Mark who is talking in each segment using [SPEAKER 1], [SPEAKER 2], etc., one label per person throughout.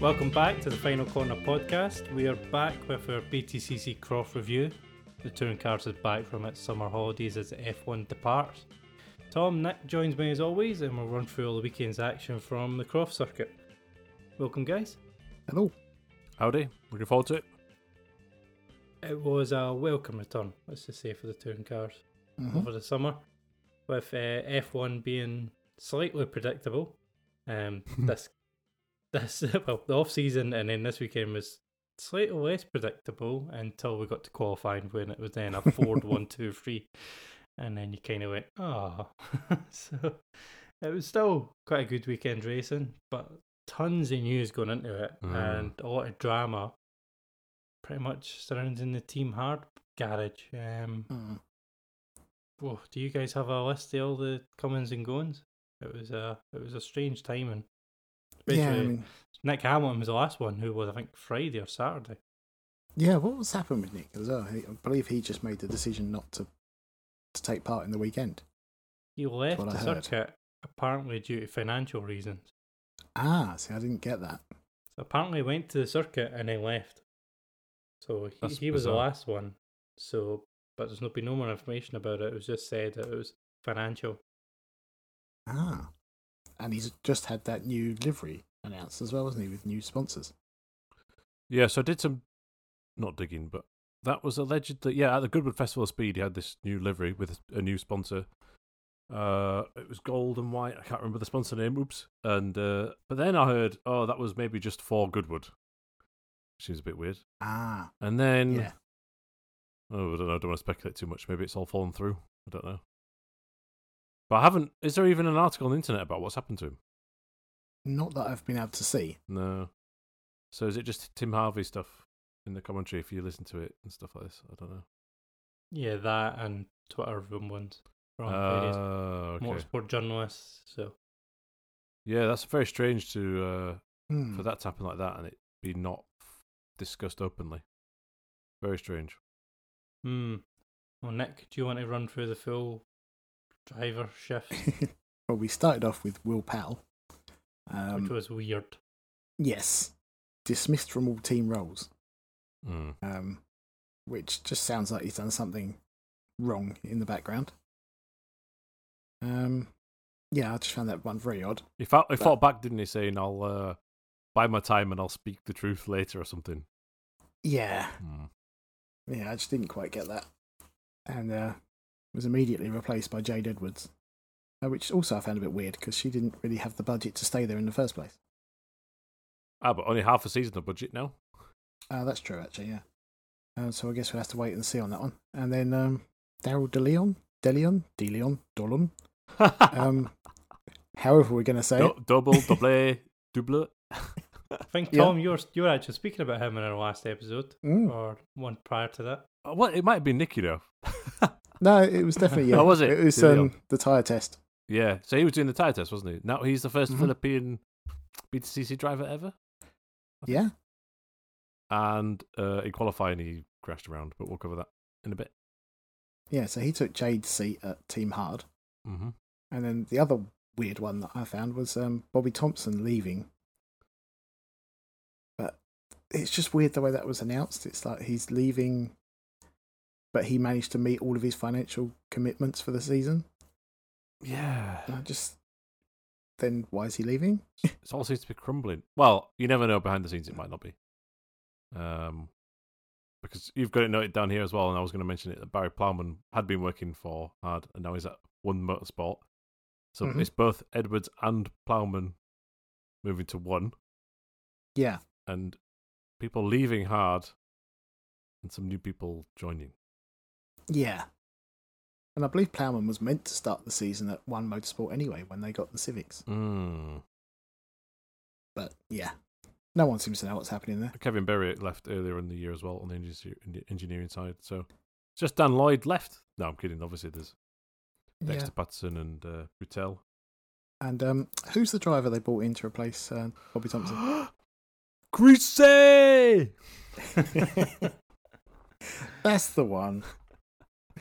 [SPEAKER 1] Welcome back to the Final Corner podcast. We are back with our BTCC Croft review. The touring cars is back from its summer holidays as the F1 departs. Tom Nick joins me as always, and we'll run through all the weekend's action from the Croft circuit. Welcome, guys.
[SPEAKER 2] Hello.
[SPEAKER 3] Howdy. Looking forward to it.
[SPEAKER 1] It was a welcome return, let's just say, for the touring cars over the summer, with uh, F1 being slightly predictable. Um, this, this, well, the off season and then this weekend was slightly less predictable until we got to qualifying when it was then a Ford one, two, three, and then you kind of went, ah. so it was still quite a good weekend racing, but tons of news going into it
[SPEAKER 3] Mm.
[SPEAKER 1] and a lot of drama, pretty much surrounding the team hard garage. Um,
[SPEAKER 2] Mm.
[SPEAKER 1] Whoa, do you guys have a list of all the comings and goings? It was a it was a strange timing.
[SPEAKER 2] Yeah, I
[SPEAKER 1] Especially-
[SPEAKER 2] mean,
[SPEAKER 1] Nick Hamilton was the last one, who was I think Friday or Saturday.
[SPEAKER 2] yeah. What was happened with Nick as well? He- I believe he just made the decision not to to take part in the weekend.
[SPEAKER 1] He left
[SPEAKER 2] what
[SPEAKER 1] the
[SPEAKER 2] I heard.
[SPEAKER 1] circuit apparently due to financial reasons.
[SPEAKER 2] Ah, see, I didn't get that.
[SPEAKER 1] So apparently he went to the circuit and then left. So he,
[SPEAKER 3] That's
[SPEAKER 1] he was the
[SPEAKER 3] bizarre.
[SPEAKER 1] last one. So but there's not been no more information about it. It was just said that it was financial.
[SPEAKER 2] Ah, and he's just had that new livery announced as well, wasn't he, with new sponsors?
[SPEAKER 3] Yeah, so I did some not digging, but that was alleged that yeah, at the Goodwood Festival of Speed, he had this new livery with a new sponsor. Uh, it was gold and white. I can't remember the sponsor name. Oops. And uh, but then I heard, oh, that was maybe just for Goodwood. Seems a bit weird.
[SPEAKER 2] Ah,
[SPEAKER 3] And then
[SPEAKER 2] yeah.
[SPEAKER 3] oh, I don't know. I don't want to speculate too much. Maybe it's all fallen through. I don't know. But I haven't. Is there even an article on the internet about what's happened to him?
[SPEAKER 2] Not that I've been able to see.
[SPEAKER 3] No. So is it just Tim Harvey stuff in the commentary if you listen to it and stuff like this? I don't know.
[SPEAKER 1] Yeah, that and Twitter rumblings from various
[SPEAKER 3] Oh, okay.
[SPEAKER 1] motorsport journalists. So
[SPEAKER 3] Yeah, that's very strange to uh,
[SPEAKER 2] Hmm.
[SPEAKER 3] for that to happen like that and it be not discussed openly. Very strange.
[SPEAKER 1] Hmm. Well, Nick, do you want to run through the full driver shift,
[SPEAKER 2] well, we started off with Will Powell. Um,
[SPEAKER 1] which was weird?
[SPEAKER 2] yes, dismissed from all team roles.
[SPEAKER 3] Mm.
[SPEAKER 2] um, which just sounds like he's done something wrong in the background. Um, yeah, I just found that one very odd.
[SPEAKER 3] He, fought, he fought back, didn't he, saying, I'll uh, buy my time and I'll speak the truth later or something.
[SPEAKER 2] Yeah,
[SPEAKER 3] Mm.
[SPEAKER 2] yeah, I just didn't quite get that, and uh, was immediately replaced by Jade Edwards, uh, which also I found a bit weird because she didn't really have the budget to stay there in the first place.
[SPEAKER 3] Ah, but only half a season of budget now.
[SPEAKER 2] Uh, that's true, actually. Yeah. Um, so I guess we'll have to wait and see on that one. And then um, Daryl DeLeon, DeLeon, DeLeon, Dolon. Um, however, we're going to say it.
[SPEAKER 3] Du- double, double, double.
[SPEAKER 1] I think
[SPEAKER 2] Yeah.
[SPEAKER 1] Tom, you're you're actually speaking about him in our last episode
[SPEAKER 2] Mm.
[SPEAKER 1] or one prior to that.
[SPEAKER 3] Uh, What? It might have been Nicky, though.
[SPEAKER 2] No, it was definitely yeah.
[SPEAKER 3] Oh, was it?
[SPEAKER 2] It was
[SPEAKER 3] Did it
[SPEAKER 2] um, the tire test.
[SPEAKER 3] Yeah, so he was doing the tire test, wasn't he? Now he's the 1st
[SPEAKER 2] Mhm.
[SPEAKER 3] Philippine BTCC driver ever.
[SPEAKER 2] Yeah,
[SPEAKER 3] And uh, in qualifying, he crashed around, but we'll cover that in a bit.
[SPEAKER 2] yeah. So he took Jade's seat at Team Hard,
[SPEAKER 3] Mm-hmm.
[SPEAKER 2] and then the other weird one that I found was um, Bobby Thompson leaving. But it's just weird the way that was announced. It's like he's leaving, but he managed to meet all of his financial commitments for the season.
[SPEAKER 3] Yeah.
[SPEAKER 2] And I just then why is he leaving?
[SPEAKER 3] It all seems to be crumbling. Well, you never know behind the scenes, it might not be. Um, because you've got it noted down here as well, and I was going to mention it that Barry Plowman had been working for Hard, and now he's at One Motorsport. So
[SPEAKER 2] Mhm.
[SPEAKER 3] it's both Edwards and Plowman moving to one.
[SPEAKER 2] Yeah,
[SPEAKER 3] and people leaving hard and some new people joining.
[SPEAKER 2] yeah. And I believe Plowman was meant to start the season at One Motorsport anyway when they got the Civics.
[SPEAKER 3] Mm.
[SPEAKER 2] But yeah, no one seems to know what's happening there.
[SPEAKER 3] Kevin Berry left earlier in the year as well on the engineer- in the engineering side. So it's just Dan Lloyd left. No, I'm kidding. Obviously, there's Dexter Patterson and uh, Rutel.
[SPEAKER 2] And um, who's the driver they brought in to replace uh, Bobby Thompson?
[SPEAKER 3] Greasy!
[SPEAKER 2] That's the one.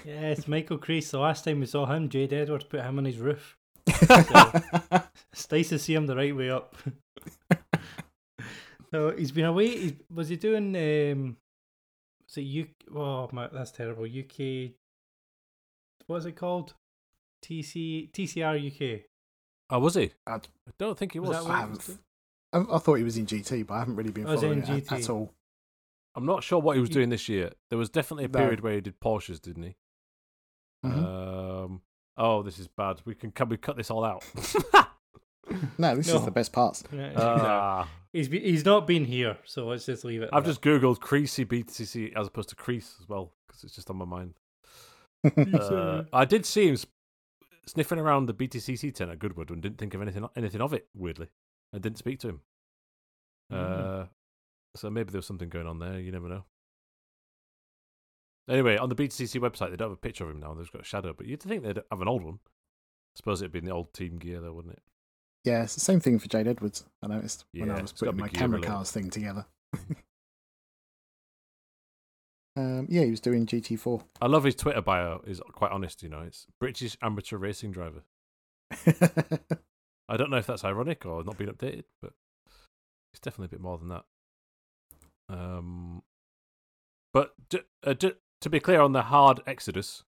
[SPEAKER 1] Yes, Michael Crease. The last time we saw him, Jade Edwards put him on his roof. It's nice to see him the right way up. So he's been away. He's, was he doing? Um, was it UK? Oh, my, that's terrible. UK. What's it called? TC TCR UK.
[SPEAKER 3] Oh, was he?
[SPEAKER 2] I-
[SPEAKER 3] I don't think he
[SPEAKER 1] Was
[SPEAKER 3] was.
[SPEAKER 1] that
[SPEAKER 2] I,
[SPEAKER 1] what-
[SPEAKER 2] haven't, I, I thought he was in GT, but I haven't really been
[SPEAKER 1] Oh, he's
[SPEAKER 2] following
[SPEAKER 1] in
[SPEAKER 2] it at,
[SPEAKER 1] GT.
[SPEAKER 2] at all.
[SPEAKER 3] I'm not sure what he was
[SPEAKER 1] He-
[SPEAKER 3] doing this year. There was definitely a
[SPEAKER 2] No.
[SPEAKER 3] period where he did Porsches, didn't he?
[SPEAKER 1] Uh,
[SPEAKER 2] Mhm.
[SPEAKER 3] Um, oh, this is bad. We can can we cut this all out?
[SPEAKER 2] no, this
[SPEAKER 1] no.
[SPEAKER 2] is the best parts.
[SPEAKER 1] Uh,
[SPEAKER 3] Ah.
[SPEAKER 1] he's be, he's not been here, so let's just leave it. at
[SPEAKER 3] I've
[SPEAKER 1] that.
[SPEAKER 3] just googled Creasy BTCC as opposed to Crease as well because it's just on my mind. Uh, I did see him s- sniffing around the BTCC tent at Goodwood and didn't think of anything anything of it. Weirdly, I didn't speak to him. Uh, so maybe there was something going on there. You never know. Anyway, on the BTCC website, they don't have a picture of him now. They've just got a shadow, but you'd think they'd have an old one. suppose it'd be in the old team gear, though, wouldn't it?
[SPEAKER 2] yeah, it's the same thing for Jade Edwards. I noticed when
[SPEAKER 3] Yeah,
[SPEAKER 2] I was
[SPEAKER 3] it's gotta
[SPEAKER 2] putting
[SPEAKER 3] be
[SPEAKER 2] my
[SPEAKER 3] gear
[SPEAKER 2] camera
[SPEAKER 3] related.
[SPEAKER 2] cars thing together. um, yeah, he was doing GT4.
[SPEAKER 3] I love his Twitter bio. is quite honest, you know. It's British amateur racing driver. I don't know if that's ironic or not being updated, but it's definitely a bit more than that. Um, but d- uh, d- to be clear on the hard exodus,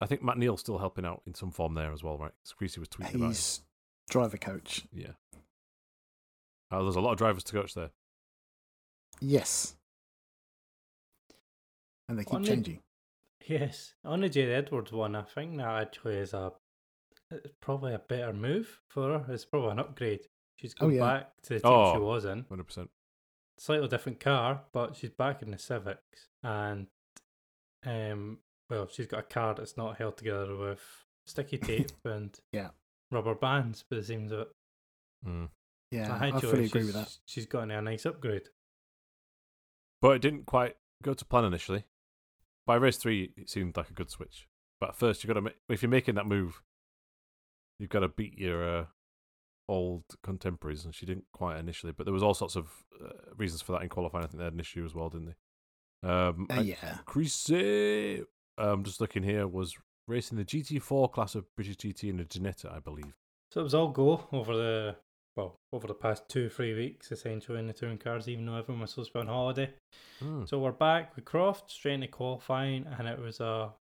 [SPEAKER 3] I think Matt Neal's still helping out in some form there as well, right? 'Cause Creasy was tweeting about it.
[SPEAKER 2] He's driver coach.
[SPEAKER 3] Yeah. Uh, there's a lot of drivers to coach there.
[SPEAKER 2] Yes. And they keep
[SPEAKER 1] On the-
[SPEAKER 2] changing.
[SPEAKER 1] yes, on the Jade Edwards one, I think that actually is a it's probably a better move for her. It's probably an upgrade. She's
[SPEAKER 2] Oh,
[SPEAKER 1] gone
[SPEAKER 2] yeah.
[SPEAKER 1] back to the team she
[SPEAKER 3] Oh.
[SPEAKER 1] was in.
[SPEAKER 3] 100%.
[SPEAKER 1] slightly different car, but she's back in the Civics, and um, well, she's got a car that's not held together with sticky tape and
[SPEAKER 2] Yeah.
[SPEAKER 1] rubber bands. But it seems that
[SPEAKER 3] Mm.
[SPEAKER 2] Yeah, I fully agree with that.
[SPEAKER 1] She's gotten a nice upgrade.
[SPEAKER 3] But it didn't quite go to plan initially. By race three, it seemed like a good switch. But first, you got to ma- if you're making that move, you've got to beat your uh, old contemporaries, and she didn't quite initially. But there was all sorts of uh, reasons for that in qualifying. I think they had an issue as well, didn't they? Um,
[SPEAKER 2] Uh,
[SPEAKER 3] and
[SPEAKER 2] yeah.
[SPEAKER 3] Creasy, I'm just looking here, was racing the GT4 class of British GT in a Genetta, I believe.
[SPEAKER 1] So it was all go over the well over the past two three weeks essentially in the touring cars, even though everyone was supposed to be on holiday.
[SPEAKER 3] Hmm.
[SPEAKER 1] So we're back with Croft straight into qualifying, and it was a.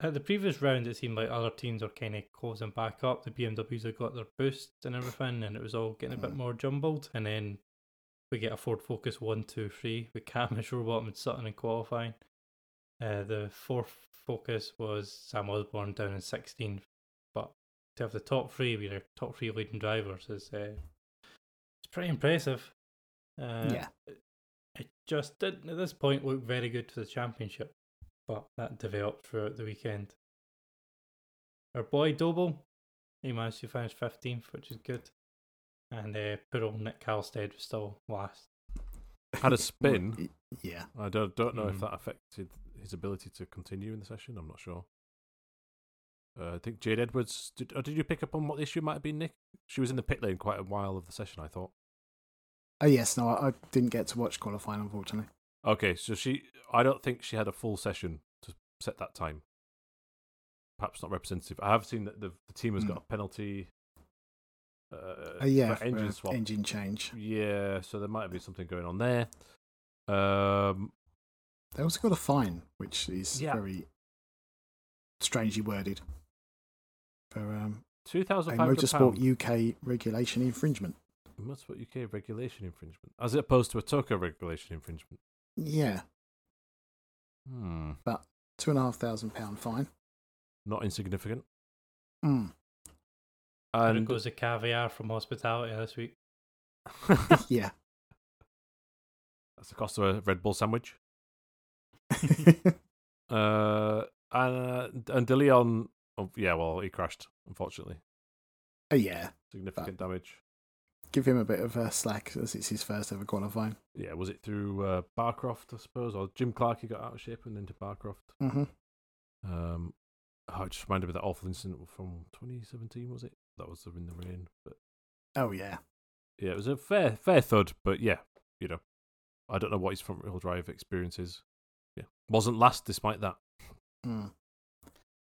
[SPEAKER 1] At the previous round, it seemed like other teams were kind of closing back up. The BMWs had got their boosts and everything, and it was all getting a bit
[SPEAKER 2] Mhm.
[SPEAKER 1] more jumbled. And then we get a Ford Focus 1, 2, 3 with Camish, Robot, and Sutton in qualifying. Uh, the fourth focus was Sam Osborne down in 16th, but to have the top three with your top three leading drivers is uh, it's pretty impressive. Uh,
[SPEAKER 2] yeah.
[SPEAKER 1] it just didn't at this point look very good for the championship, but that developed throughout the weekend. Our boy Doble, he managed to finish 15th, which is good. And uh, poor old Nick Halstead was still last.
[SPEAKER 3] Had a spin.
[SPEAKER 2] Y- Yeah.
[SPEAKER 3] I don't don't know
[SPEAKER 1] Mhm.
[SPEAKER 2] Hmm.
[SPEAKER 3] if that affected his ability to continue in the session. I'm not sure. Uh, I think Jade Edwards. Did, or did you pick up on what the issue might have been, Nick? She was in the pit lane quite a while of the session. I thought.
[SPEAKER 2] Oh, yes. No, I, I didn't get to watch qualifying, unfortunately.
[SPEAKER 3] Okay, so she. I don't think she had a full session to set that time. Perhaps not representative. I have seen that the, the team has got a penalty. Uh,
[SPEAKER 2] Oh, Hmm. yeah.
[SPEAKER 3] for engine
[SPEAKER 2] for
[SPEAKER 3] swap.
[SPEAKER 2] Engine change.
[SPEAKER 3] Yeah, so there might have been something going on there. Um,
[SPEAKER 2] They also got a fine, which is
[SPEAKER 3] Yeah.
[SPEAKER 2] very strangely worded for um,
[SPEAKER 3] two
[SPEAKER 2] a
[SPEAKER 3] thousand five hundred
[SPEAKER 2] Motorsport
[SPEAKER 3] pounds.
[SPEAKER 2] UK regulation infringement.
[SPEAKER 3] What's what UK regulation infringement, as opposed to a Toco regulation infringement.
[SPEAKER 2] Yeah.
[SPEAKER 3] Hmm,
[SPEAKER 2] Two and a half thousand pound fine.
[SPEAKER 3] not insignificant.
[SPEAKER 2] Mm.
[SPEAKER 1] And it
[SPEAKER 3] And
[SPEAKER 1] goes the caviar from hospitality this week.
[SPEAKER 3] that's
[SPEAKER 2] Yeah.
[SPEAKER 3] the cost of a Red Bull sandwich. Uh, and and De Leon, oh, yeah, well, he crashed unfortunately.
[SPEAKER 2] Oh, yeah.
[SPEAKER 3] Significant damage.
[SPEAKER 2] Give him a bit of uh, slack as it's his first ever qualifying.
[SPEAKER 3] Yeah, was it through uh, Barcroft, I suppose, or Jim Clark? He got out of shape and into Barcroft.
[SPEAKER 2] hmm
[SPEAKER 3] Um, oh, it just reminded me of that awful incident from 2017, was it? That was in the rain, but
[SPEAKER 2] Oh, yeah.
[SPEAKER 3] yeah, it was a fair fair thud, but yeah, you know, I don't know what his front wheel drive experience is. Yeah, wasn't last despite that.
[SPEAKER 2] Mm. I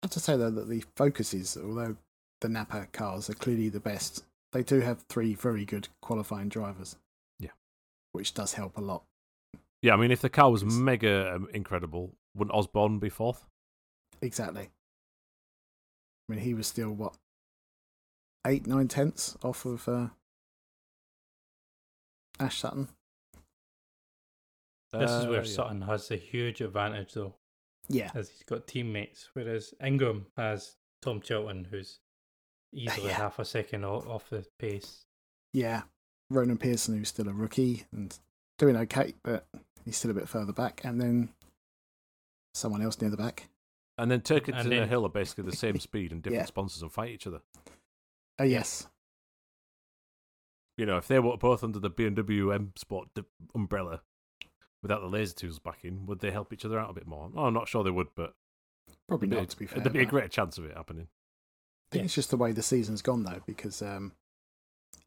[SPEAKER 2] have to say though that the focuses, although the Napa cars are clearly the best, they do have three very good qualifying drivers.
[SPEAKER 3] Yeah.
[SPEAKER 2] which does help a lot.
[SPEAKER 3] Yeah, I mean, if the car was
[SPEAKER 2] It's-
[SPEAKER 3] mega um, incredible, wouldn't Osborne be fourth?
[SPEAKER 2] Exactly. I mean, he was still what eight, nine tenths off of uh, Ash Sutton.
[SPEAKER 1] This is
[SPEAKER 3] Uh,
[SPEAKER 1] where
[SPEAKER 3] yeah.
[SPEAKER 1] Sutton has a huge advantage, though,
[SPEAKER 2] Yeah,
[SPEAKER 1] as he's got teammates, whereas Ingram has Tom Chilton, who's easily
[SPEAKER 2] Yeah.
[SPEAKER 1] half a second o- off the pace.
[SPEAKER 2] yeah. Ronan Pearson, who's still a rookie and doing okay, but he's still a bit further back. And then someone else near the back.
[SPEAKER 3] And then Turkington
[SPEAKER 1] And
[SPEAKER 3] and,
[SPEAKER 1] then-
[SPEAKER 3] Hill are basically the same speed and different
[SPEAKER 2] Yeah.
[SPEAKER 3] sponsors and fight each other.
[SPEAKER 2] Oh yes,
[SPEAKER 3] You know, if they were both under the BMW M Sport d- umbrella without the laser tools backing, would they help each other out a bit more? Oh, I'm not sure they would, but
[SPEAKER 2] probably
[SPEAKER 3] there'd be-
[SPEAKER 2] not. To be fair,
[SPEAKER 3] there'd be a
[SPEAKER 2] but-
[SPEAKER 3] greater chance of it happening.
[SPEAKER 2] I think it's just the way the season's gone though, because um,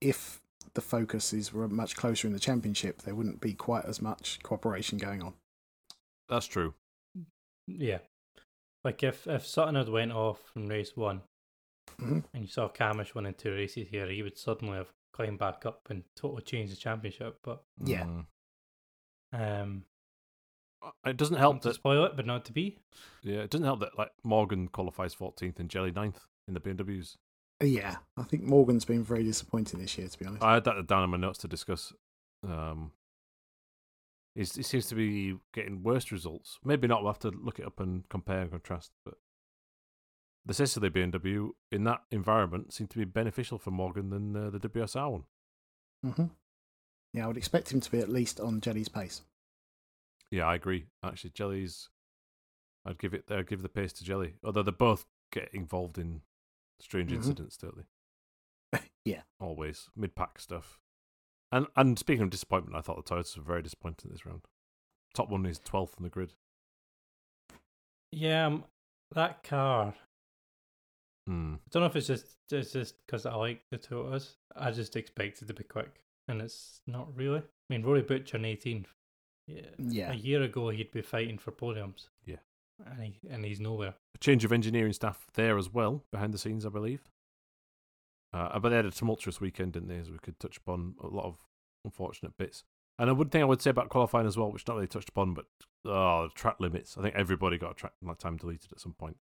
[SPEAKER 2] if the focus is were much closer in the championship, there wouldn't be quite as much cooperation going on.
[SPEAKER 3] That's true.
[SPEAKER 1] Yeah. Like if, if Sutton had went off from race one
[SPEAKER 2] Mhm.
[SPEAKER 1] and you saw Camish winning two races here, he would suddenly have climbed back up and totally changed the championship. But
[SPEAKER 2] Yeah.
[SPEAKER 3] Mm.
[SPEAKER 1] um,
[SPEAKER 3] Uh, It doesn't
[SPEAKER 1] not
[SPEAKER 3] help
[SPEAKER 1] to
[SPEAKER 3] that.
[SPEAKER 1] spoil it, but not to be.
[SPEAKER 3] Yeah, it doesn't help that like Morgan qualifies 14th and Jelly 9th in the BMWs.
[SPEAKER 2] Yeah, I think Morgan's been very disappointing this year, to be honest.
[SPEAKER 3] I had that down in my notes to discuss. Um, he's, he seems to be getting worse results. Maybe not. We'll have to look it up and compare and contrast. But the Sicily BMW in that environment seemed to be beneficial for Morgan than uh, the WSR one.
[SPEAKER 2] hmm Yeah, I would expect him to be at least on Jelly's pace.
[SPEAKER 3] Yeah, I agree. Actually, Jelly's. I'd give it. I'd give the pace to Jelly. Although they both get involved in strange
[SPEAKER 2] Mhm.
[SPEAKER 3] incidents, don't they?
[SPEAKER 2] Yeah.
[SPEAKER 3] always mid pack stuff. And and speaking of disappointment, I thought the Toyotas were very disappointing this round. Top one is twelfth on the grid.
[SPEAKER 1] Yeah, um, that car.
[SPEAKER 3] Mm.
[SPEAKER 1] I don't know if it's just it's just because I like the Toyotas. I just expected to be quick, and it's not really. I mean, Rory Butcher in 18th. Yeah.
[SPEAKER 2] Yeah,
[SPEAKER 1] A year ago, he'd be fighting for podiums.
[SPEAKER 3] Yeah.
[SPEAKER 1] And, he, and he's nowhere.
[SPEAKER 3] A change of engineering staff there as well, behind the scenes, I believe. Uh, but they had a tumultuous weekend, didn't they? As we could touch upon a lot of unfortunate bits. And I would think I would say about qualifying as well, which not really touched upon, but oh, track limits. I think everybody got a track like, time deleted at some point.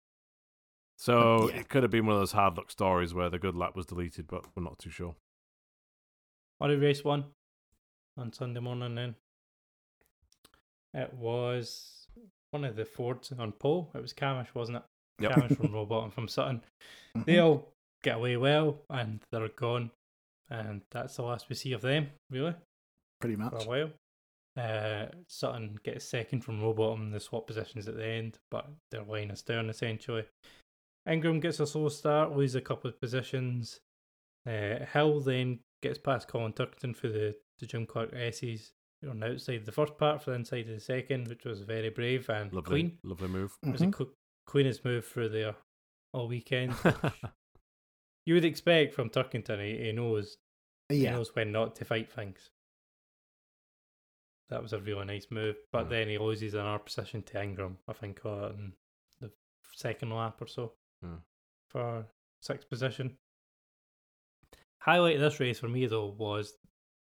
[SPEAKER 3] So
[SPEAKER 2] Yeah.
[SPEAKER 3] it could have been one of those hard luck stories where the good lap was deleted, but we're not too sure.
[SPEAKER 1] What did race one on Sunday morning then? It was one of the Fords on pole. It was Camish, wasn't it?
[SPEAKER 3] Yep.
[SPEAKER 1] Camish from Robot and from Sutton.
[SPEAKER 2] Mhm.
[SPEAKER 1] They all get away well and they're gone. And that's the last we see of them, really,
[SPEAKER 2] pretty
[SPEAKER 1] for a
[SPEAKER 2] much.
[SPEAKER 1] while. Uh, Sutton gets second from Robot and they swap positions at the end, but they're lying astern essentially. Ingram gets a slow start, loses a couple of positions. Uh, Hill then gets past Colin Turkington for the, the Jim Clark S's on the outside of the first part, for the inside of the second, which was very brave and
[SPEAKER 3] Lovely,
[SPEAKER 1] clean.
[SPEAKER 3] lovely move.
[SPEAKER 1] It was a
[SPEAKER 2] Mhm.
[SPEAKER 1] cl- cleanest move through there all weekend. you would expect from Turkington, he, he knows he
[SPEAKER 2] Yeah,
[SPEAKER 1] knows when not to fight things. That was a really nice move, but
[SPEAKER 3] Mm.
[SPEAKER 1] then he loses an R position to Ingram, I think, on the second lap or so
[SPEAKER 3] Mm.
[SPEAKER 1] for sixth position. Highlight of this race for me though was,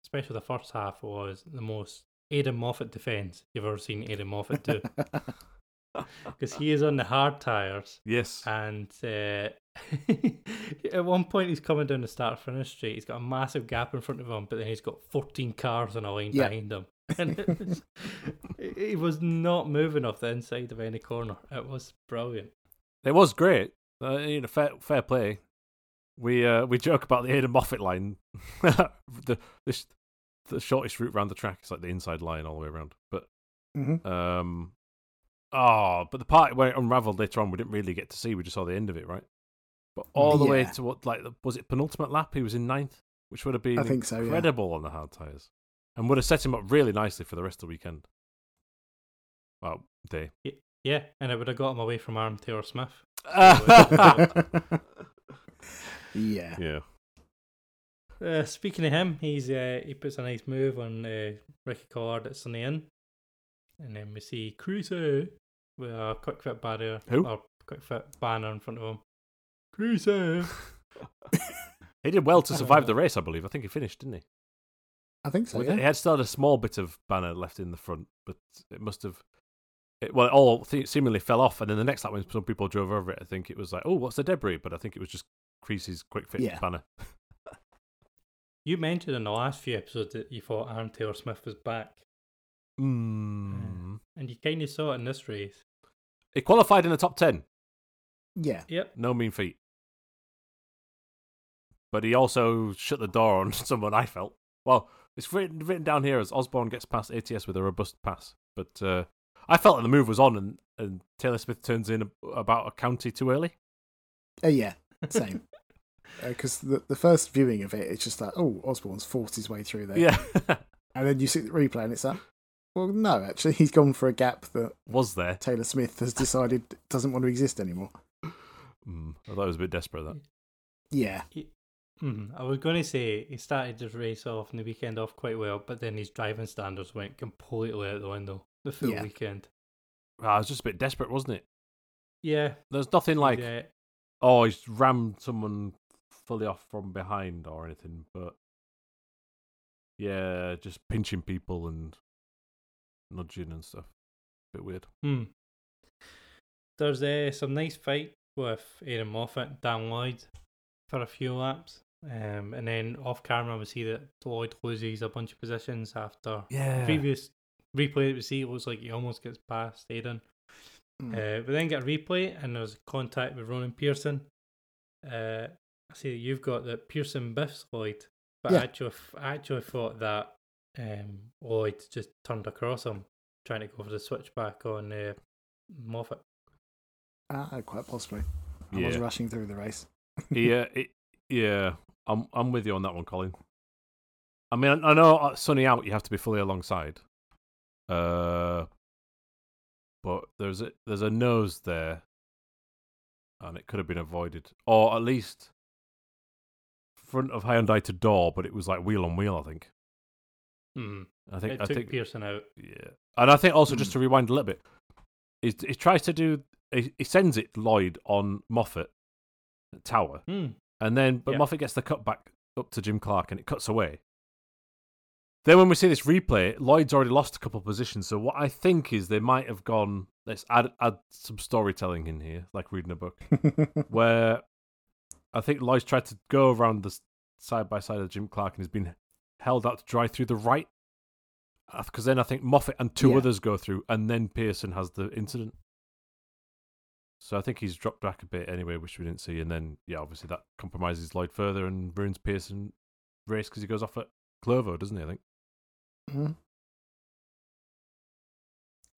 [SPEAKER 1] especially the first half, was the most Aidan Moffat defence you've ever seen Aidan Moffat do because he is on the hard tyres
[SPEAKER 3] yes.
[SPEAKER 1] and uh, at one point he's coming down the start finish straight. He's got a massive gap in front of him, but then he's got 14 cars on a line
[SPEAKER 2] Yeah.
[SPEAKER 1] behind him. And it's- he was not moving off the inside of any corner. It was brilliant.
[SPEAKER 3] It was great. Uh, you know, fair, fair play. We uh, we joke about the Aidan Moffat line, the this the shortest route round the track is like the inside line all the way around. But
[SPEAKER 2] hmm
[SPEAKER 3] um, oh, but the part where it unravelled later on, we didn't really get to see. We just saw the end of it, right? But all the way
[SPEAKER 2] Yeah.
[SPEAKER 3] to what like the- was it penultimate lap? He was in ninth, which would have been
[SPEAKER 2] I think so. Yeah,
[SPEAKER 3] incredible on the hard tires, and would have set him up really nicely for the rest of the weekend. Well, day.
[SPEAKER 1] Yeah, and it would have got him away from Arm Taylor Smith.
[SPEAKER 2] yeah.
[SPEAKER 3] yeah.
[SPEAKER 1] Uh, speaking of him, he's uh, he puts a nice move on uh, Ricky Collard at Sunny Inn, and then we see Cruiser with a quick fit barrier
[SPEAKER 3] Who?
[SPEAKER 1] or quick fit banner in front of him. Cruiser.
[SPEAKER 3] He did well to survive the race, I believe. I think he finished, didn't he?
[SPEAKER 2] I think so.
[SPEAKER 3] With-
[SPEAKER 2] Yeah.
[SPEAKER 3] It had still had a small bit of banner left in the front, but it must have. It, well, it all th- seemingly fell off, and then the next time when some people drove over it, I think it was like, "Oh, what's the debris?" But I think it was just Creasy's quick fix
[SPEAKER 2] Yeah.
[SPEAKER 3] banner.
[SPEAKER 1] You mentioned in the last few episodes that you thought Aaron Taylor Smith was back,
[SPEAKER 2] Hmm.
[SPEAKER 3] Mm.
[SPEAKER 1] and you kind of saw it in this race.
[SPEAKER 3] It qualified in the top ten.
[SPEAKER 2] Yeah.
[SPEAKER 1] Yep.
[SPEAKER 3] No mean feat. But he also shut the door on someone I felt. Well, it's written, written down here as Osborne gets past ATS with a robust pass. But uh, I felt that the move was on and, and Taylor Smith turns in a- about a county too early.
[SPEAKER 2] Uh, yeah. Same. Because Uh, the the first viewing of it, it's just like, oh, Osborne's forced his way through there,
[SPEAKER 3] Yeah.
[SPEAKER 2] and then you see the replay, and it's like, well, no, actually, he's gone for a gap that
[SPEAKER 3] was there.
[SPEAKER 2] Taylor Smith has decided doesn't want to exist anymore.
[SPEAKER 3] Mm, I thought it was a bit desperate, that.
[SPEAKER 2] Yeah.
[SPEAKER 1] Mhm. I was going to say he started his race off and the weekend off quite well, but then his driving standards went completely out the window the full
[SPEAKER 2] Yeah.
[SPEAKER 1] weekend.
[SPEAKER 3] Ah, it was just a bit desperate, wasn't it?
[SPEAKER 1] Yeah.
[SPEAKER 3] There's nothing like,
[SPEAKER 1] yeah.
[SPEAKER 3] oh, he's rammed someone fully off from behind or anything, but yeah, just pinching people and nudging and stuff. Bit weird.
[SPEAKER 1] Hmm. There's uh, some nice fight with Aaron Moffat and Dan Lloyd for a few laps. Um, and then off camera, we see that Lloyd loses a bunch of positions after
[SPEAKER 3] Yeah.
[SPEAKER 1] previous replay that we see. It looks like he almost gets past Aidan.
[SPEAKER 2] Mm.
[SPEAKER 1] Uh, we then get a replay, and there's contact with Ronan Pearson. Uh, I see that you've got that Pearson biffs Lloyd, but
[SPEAKER 2] Yeah.
[SPEAKER 1] I actually, I actually thought that um, Lloyd just turned across him, trying to go for the switchback on uh, Moffat.
[SPEAKER 2] Ah, quite possibly. I was
[SPEAKER 3] yeah.
[SPEAKER 2] rushing through the race.
[SPEAKER 3] yeah, it, yeah. I'm I'm with you on that one, Colin. I mean, I, I know at Sunny out, you have to be fully alongside. Uh, but there's a there's a nose there, and it could have been avoided, or at least front of Hyundai to door, but it was like wheel on wheel. I think.
[SPEAKER 1] Mm.
[SPEAKER 3] I Hmm. think.
[SPEAKER 1] It
[SPEAKER 3] I
[SPEAKER 1] took Hmm.
[SPEAKER 3] think.
[SPEAKER 1] Pearson out.
[SPEAKER 3] Yeah, and I think also just to rewind a little bit, he he tries to do he, he sends it Lloyd on Moffat Tower,
[SPEAKER 2] Hmm.
[SPEAKER 1] Mm.
[SPEAKER 3] and then, but
[SPEAKER 1] Yeah.
[SPEAKER 3] Moffat gets the cut back up to Jim Clark and it cuts away. Then, when we see this replay, Lloyd's already lost a couple of positions. So, what I think is they might have gone, let's add, add some storytelling in here, like reading a book, where I think Lloyd's tried to go around the s- side by side of Jim Clark and has been held out to dry through the right. Because then I think Moffat and two
[SPEAKER 2] Yeah.
[SPEAKER 3] others go through, and then Pearson has the incident. So I think he's dropped back a bit anyway, which we didn't see. And then, yeah, obviously that compromises Lloyd further and ruins Pearson race because he goes off at Clovo, doesn't he? I think.
[SPEAKER 2] Mhm.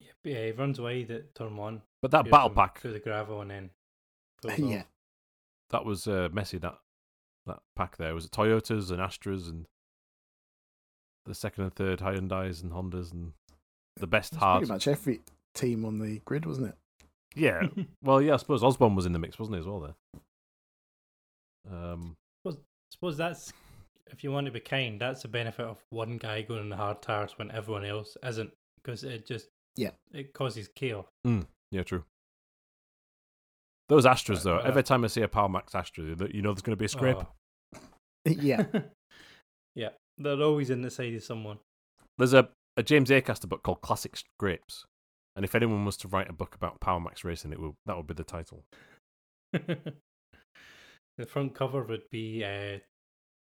[SPEAKER 1] Yeah, but yeah, he runs wide at turn one.
[SPEAKER 3] But that
[SPEAKER 1] Pearson
[SPEAKER 3] battle pack,
[SPEAKER 1] Through the gravel and then. pulls
[SPEAKER 2] yeah.
[SPEAKER 1] off.
[SPEAKER 3] that was uh, messy. That that pack there was it Toyotas and Astras and the second and third Hyundai's and Hondas and the best
[SPEAKER 2] It's
[SPEAKER 3] hard.
[SPEAKER 2] pretty much every team on the grid, wasn't it?
[SPEAKER 3] Yeah. Well, yeah. I suppose Osborne was in the mix, wasn't he as well? There. Um.
[SPEAKER 1] suppose that's, if you want to be kind, that's the benefit of one guy going on the hard tires when everyone else isn't, because it just
[SPEAKER 2] Yeah.
[SPEAKER 1] it causes chaos.
[SPEAKER 3] Yeah. True. Those Astras
[SPEAKER 1] Uh,
[SPEAKER 3] though.
[SPEAKER 1] uh,
[SPEAKER 3] every time I see a Power Max Astra, that- you know there's going to be a scrape.
[SPEAKER 1] Oh.
[SPEAKER 2] yeah.
[SPEAKER 1] yeah, they're always in the side of someone.
[SPEAKER 3] There's a, a James Acaster book called Classic Scrapes, and if anyone was to write a book about Power Max racing, it would that would be the title.
[SPEAKER 1] the front cover would be uh,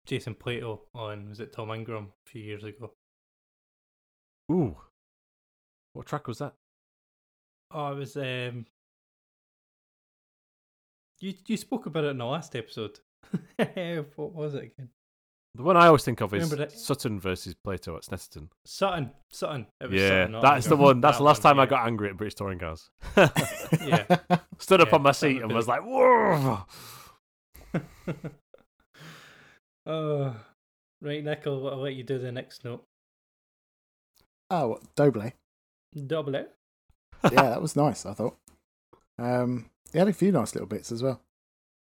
[SPEAKER 1] Jason Plato on was it Tom Ingram a few years ago?
[SPEAKER 3] Ooh. What track was that?
[SPEAKER 1] Oh, it was. Um, you you spoke about it in the last episode. what was it again?
[SPEAKER 3] The one I always think of is
[SPEAKER 1] Remember that-
[SPEAKER 3] Sutton versus Plato at Snetterton.
[SPEAKER 1] Sutton, Sutton. It was
[SPEAKER 3] Yeah,
[SPEAKER 1] Sutton, not
[SPEAKER 3] that's the
[SPEAKER 1] Ingram.
[SPEAKER 3] one. That's
[SPEAKER 1] That
[SPEAKER 3] the last
[SPEAKER 1] one,
[SPEAKER 3] time I
[SPEAKER 1] yeah.
[SPEAKER 3] got angry at British touring cars.
[SPEAKER 1] Yeah.
[SPEAKER 3] Stood up
[SPEAKER 1] Yeah,
[SPEAKER 3] on my
[SPEAKER 1] that
[SPEAKER 3] seat
[SPEAKER 1] would
[SPEAKER 3] and
[SPEAKER 1] be-
[SPEAKER 3] was like, "Whoa!"
[SPEAKER 1] oh, right, Nickel. I'll let you do the next note.
[SPEAKER 2] Oh, Doble.
[SPEAKER 1] Double it.
[SPEAKER 2] Yeah, that was nice, I thought. Um, he had a few nice little bits as well.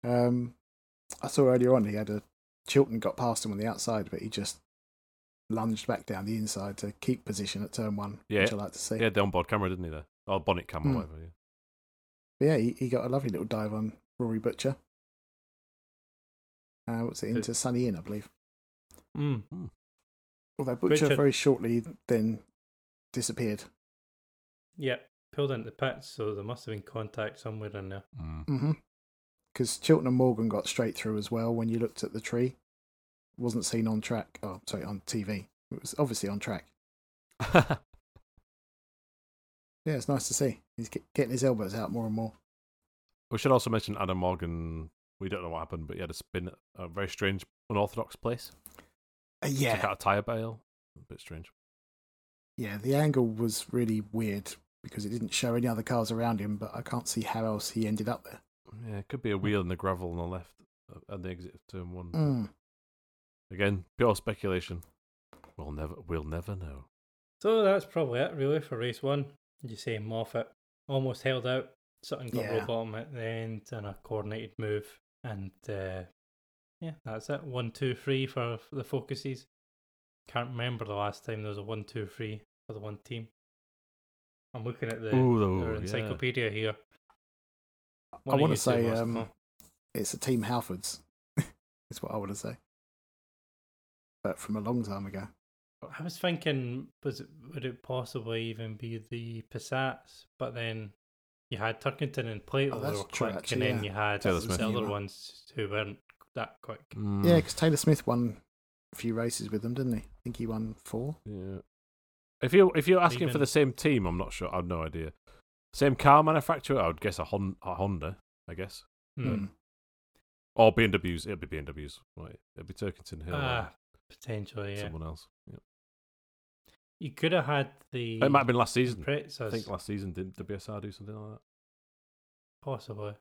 [SPEAKER 2] Um, I saw earlier on he had a. Chilton got past him on the outside, but he just lunged back down the inside to keep position at turn one,
[SPEAKER 3] Yeah.
[SPEAKER 2] which I like to see.
[SPEAKER 3] He had the onboard camera, didn't he? There, oh, bonnet camera,
[SPEAKER 2] Hmm.
[SPEAKER 3] whatever. Yeah.
[SPEAKER 2] But yeah, he, he got a lovely little dive on Rory Butcher. Uh, what's it,
[SPEAKER 1] Who?
[SPEAKER 3] Hmm.
[SPEAKER 2] into Sunny Inn, I believe.
[SPEAKER 1] Mm.
[SPEAKER 2] Although Butcher
[SPEAKER 1] Butcher-
[SPEAKER 2] very shortly then disappeared.
[SPEAKER 1] Yeah, pulled into the pits, so there must have been contact somewhere in there.
[SPEAKER 3] Mm.
[SPEAKER 2] Because Mm-hmm. Chilton and Morgan got straight through as well when you looked at the tree. Wasn't seen on track. Oh, sorry, on TV. It was obviously on track. Hmm. Yeah, it's nice to see. He's ge- getting his elbows out more and more.
[SPEAKER 3] we should also mention Adam Morgan. We don't know what happened, but he had a spin at a very strange, unorthodox place.
[SPEAKER 2] Uh,
[SPEAKER 3] Took out a tyre bale. A bit strange.
[SPEAKER 2] Yeah, the angle was really weird because it didn't show any other cars around him, but I can't see how else he ended up there.
[SPEAKER 3] Yeah, it could be a wheel in the gravel on the left uh, at the exit of turn one.
[SPEAKER 2] Mm.
[SPEAKER 3] Again, pure speculation. We'll never, we'll never know.
[SPEAKER 1] So that's probably it, really, for race one. You say Moffat almost held out, something got
[SPEAKER 2] Yeah.
[SPEAKER 1] roll bottom at the end, and a coordinated move. And uh, yeah, that's it. One, two, three for f- the focuses. Can't remember the last time there was a one, two, three for the one team. I'm looking at the
[SPEAKER 3] Ooh,
[SPEAKER 1] our
[SPEAKER 3] yeah.
[SPEAKER 1] encyclopedia here.
[SPEAKER 2] I
[SPEAKER 1] One of
[SPEAKER 2] want
[SPEAKER 1] you
[SPEAKER 2] to
[SPEAKER 1] two
[SPEAKER 2] say
[SPEAKER 1] must have
[SPEAKER 2] um,
[SPEAKER 1] known.
[SPEAKER 2] it's a team Halfords. is what I want to say. But from a long time ago.
[SPEAKER 1] I was thinking, was it, would it possibly even be the Passats? But then you had Turkington and Plato
[SPEAKER 2] Oh,
[SPEAKER 1] that
[SPEAKER 2] that's
[SPEAKER 1] were
[SPEAKER 2] true,
[SPEAKER 1] quick, and
[SPEAKER 2] actually,
[SPEAKER 1] then
[SPEAKER 2] yeah. Hmm.
[SPEAKER 1] you had
[SPEAKER 3] Taylor
[SPEAKER 1] the
[SPEAKER 3] Smith.
[SPEAKER 1] other ones who weren't that quick.
[SPEAKER 3] Mm,
[SPEAKER 2] Yeah, because Taylor Smith won a few races with them, didn't he? I think he won four.
[SPEAKER 3] yeah. If you if you're asking for
[SPEAKER 1] Even-
[SPEAKER 3] the same team, I'm not sure. I've no idea. Same car manufacturer, I would guess a, Hon- a Honda. I guess
[SPEAKER 1] Hmm.
[SPEAKER 3] or BMWs. It'd be BMWs. Right, it'd be Turkington Hill. or
[SPEAKER 1] Ah, potentially, yeah.
[SPEAKER 3] Someone else. Yeah.
[SPEAKER 1] You could have had the.
[SPEAKER 3] It might have been last season. I
[SPEAKER 1] Pretzers,
[SPEAKER 3] think last season did the BSR do something like
[SPEAKER 1] possibly.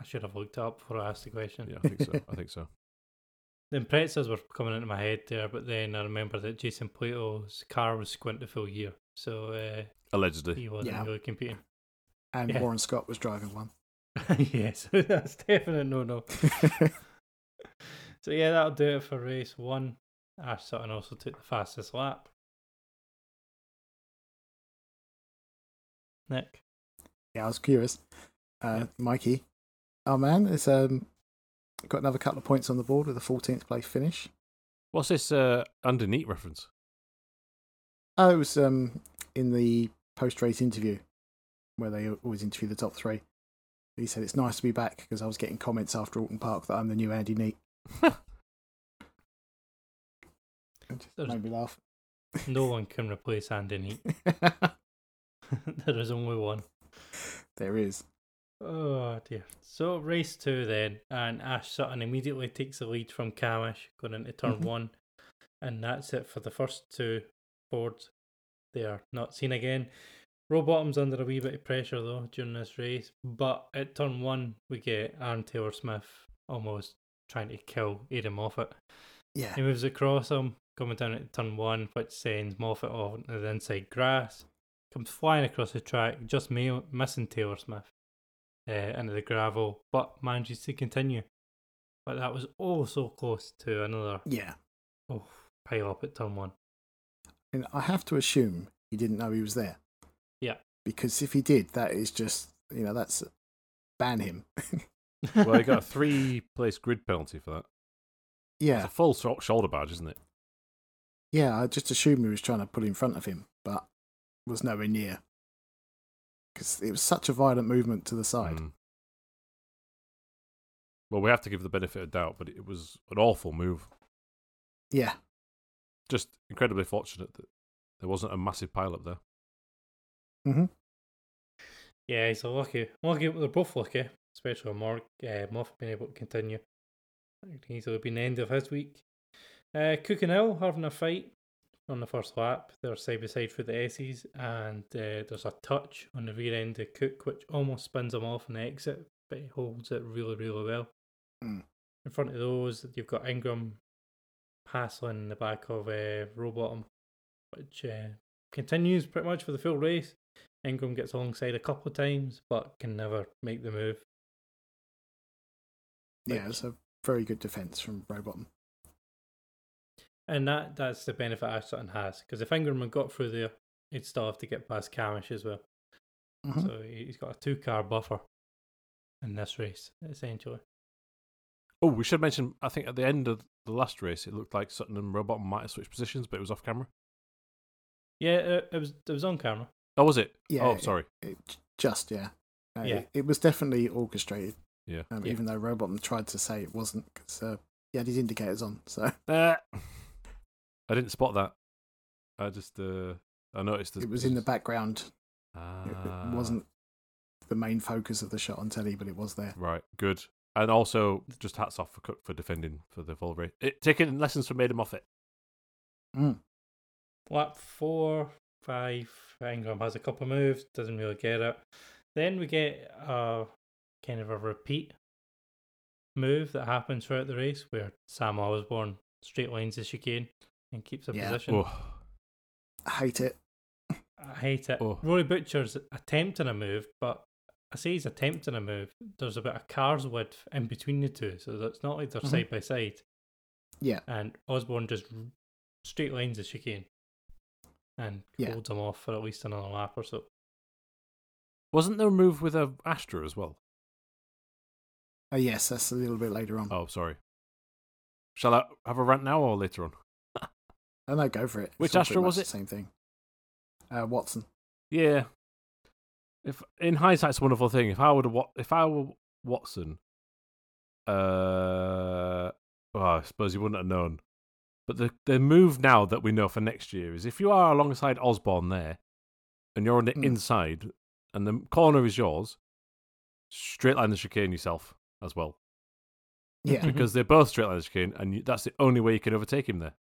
[SPEAKER 1] I should have looked up before I asked the question.
[SPEAKER 3] that? Yeah, I think so. I think so.
[SPEAKER 1] The Impressors were coming into my head there, but then I remember that Jason Plato's car was squint the full year, so uh,
[SPEAKER 3] Allegedly.
[SPEAKER 1] he wasn't
[SPEAKER 2] Yeah.
[SPEAKER 1] really competing.
[SPEAKER 2] And
[SPEAKER 1] Yeah.
[SPEAKER 2] Warren Scott was driving one.
[SPEAKER 1] yes, that's definite no no. So yeah, that'll do it for race one. Ash Sutton also took the fastest lap. Nick.
[SPEAKER 2] yeah, I was curious. Uh, Mikey, our man, has um, got another couple of points on the board with a 14th place finish.
[SPEAKER 3] What's this uh, underneath reference?
[SPEAKER 2] Oh, it was um, in the post race interview where they always interview the top three. He said, It's nice to be back because I was getting comments after Alton Park that I'm the new Andy Neat. It just
[SPEAKER 1] There's-
[SPEAKER 2] made me laugh.
[SPEAKER 1] No one can replace Andy Neat. there is only one.
[SPEAKER 2] there is.
[SPEAKER 1] Oh dear. So race two then, and Ash Sutton immediately takes the lead from Camish going into turn
[SPEAKER 2] Mhm.
[SPEAKER 1] one, and that's it for the first two boards. They are not seen again. Robottom's under a wee bit of pressure though during this race, but at turn one we get Aaron Taylor Smith almost trying to kill Adam Moffat.
[SPEAKER 2] Yeah.
[SPEAKER 1] He moves across him, coming down at turn one, which sends Moffat off into the inside grass. Comes flying across the track, just ma- missing Taylor Smith uh, into the gravel, but manages to continue. But that was oh so close to another
[SPEAKER 2] Yeah.
[SPEAKER 1] oh, pile up at turn one.
[SPEAKER 2] And I have to assume he didn't know he was there.
[SPEAKER 1] Yeah.
[SPEAKER 2] Because if he did, that is just, you know, that's ban him.
[SPEAKER 3] Well, he got a three place grid penalty for that. It's
[SPEAKER 2] Yeah.
[SPEAKER 3] a full sho- shoulder badge, isn't it?
[SPEAKER 2] Yeah. I just assumed he was trying to pull in front of him, but was nowhere near. Because it was such a violent movement to the side.
[SPEAKER 3] Mm. Well, we have to give the benefit of doubt, but it was an awful move.
[SPEAKER 2] Yeah.
[SPEAKER 3] Just incredibly fortunate that there wasn't a massive pile up there.
[SPEAKER 1] yeah, he's a lucky. Lucky, they're both lucky, especially Mark uh, Moffat being able to continue. It could easily been the end of his week. Uh, Cook and Hill having a fight on the first lap. They're side by side through the S's, and uh, there's a touch on the rear end of Cook, which almost spins him off in the exit, but he holds it really, really well.
[SPEAKER 2] Mm.
[SPEAKER 1] In front of those, you've got Ingram hassling in the back of uh, Robottom, which uh, continues pretty much for the full race. Ingram gets alongside a couple of times, but can never make the move.
[SPEAKER 2] Yeah. It's a very good defense from Robottom.
[SPEAKER 1] And that that's the benefit Ashton has because if Ingram had got through there, he'd still have to get past Camish as well.
[SPEAKER 2] Mhm.
[SPEAKER 1] So he- he's got a two car buffer in this race essentially.
[SPEAKER 3] Oh, we should mention. I think at the end of the last race, it looked like Sutton and Robot might have switched positions, but it was off camera.
[SPEAKER 1] Yeah, it, it was it was on camera.
[SPEAKER 3] Oh, was it?
[SPEAKER 2] Yeah,
[SPEAKER 3] Oh,
[SPEAKER 2] it-
[SPEAKER 3] sorry.
[SPEAKER 2] It, just yeah. No,
[SPEAKER 1] Yeah.
[SPEAKER 2] It, it was definitely orchestrated.
[SPEAKER 3] Yeah.
[SPEAKER 2] Um,
[SPEAKER 1] Yeah.
[SPEAKER 2] Even though Robotman tried to say it wasn't, because uh, he had his indicators on. So
[SPEAKER 3] Ah. I didn't spot that. I just uh, I noticed
[SPEAKER 2] it was in the background. It-
[SPEAKER 3] Ah,
[SPEAKER 2] it wasn't the main focus of the shot on telly, but it was there.
[SPEAKER 3] right. Good. And also, just hats off for Cook for defending for the full race. It, taking lessons from Adam Moffat.
[SPEAKER 2] Mm.
[SPEAKER 1] lap four, five. Ingram has a couple of moves, doesn't really get it. Then we get a kind of a repeat move that happens throughout the race where Sam Osborne straight lines the chicane and keeps a
[SPEAKER 2] Yeah.
[SPEAKER 1] position.
[SPEAKER 3] Oh,
[SPEAKER 2] I hate it.
[SPEAKER 1] I hate it.
[SPEAKER 3] Oh.
[SPEAKER 1] Rory Butcher's attempting a move, but I say he's attempting a move. There's about a car's width in between the two, so that's not like they're
[SPEAKER 2] Mhm.
[SPEAKER 1] side by side.
[SPEAKER 2] Yeah.
[SPEAKER 1] And Osborne just r- straight lines as she can and
[SPEAKER 2] Yeah.
[SPEAKER 1] holds him off for at least another lap or so.
[SPEAKER 3] wasn't there a move with a Astra as well?
[SPEAKER 2] Oh yes, that's a little bit later on.
[SPEAKER 3] Oh, sorry. Shall I have a rant now or later on?
[SPEAKER 2] And they Oh, go for it. It's
[SPEAKER 3] Which
[SPEAKER 2] all
[SPEAKER 3] Astra
[SPEAKER 2] pretty
[SPEAKER 3] was
[SPEAKER 2] much
[SPEAKER 3] it?
[SPEAKER 2] The same thing. Uh, Watson.
[SPEAKER 3] Yeah. If in hindsight, it's a wonderful thing. If I would have, wa- if I were Watson, uh, well, I suppose you wouldn't have known. But the the move now that we know for next year is if you are alongside Osborne there, and you're on the
[SPEAKER 2] Hmm.
[SPEAKER 3] inside, and the corner is yours, straight line the chicane yourself as well,
[SPEAKER 2] Yeah.
[SPEAKER 3] because they're both straight line the chicane, and you, that's the only way you can overtake him there.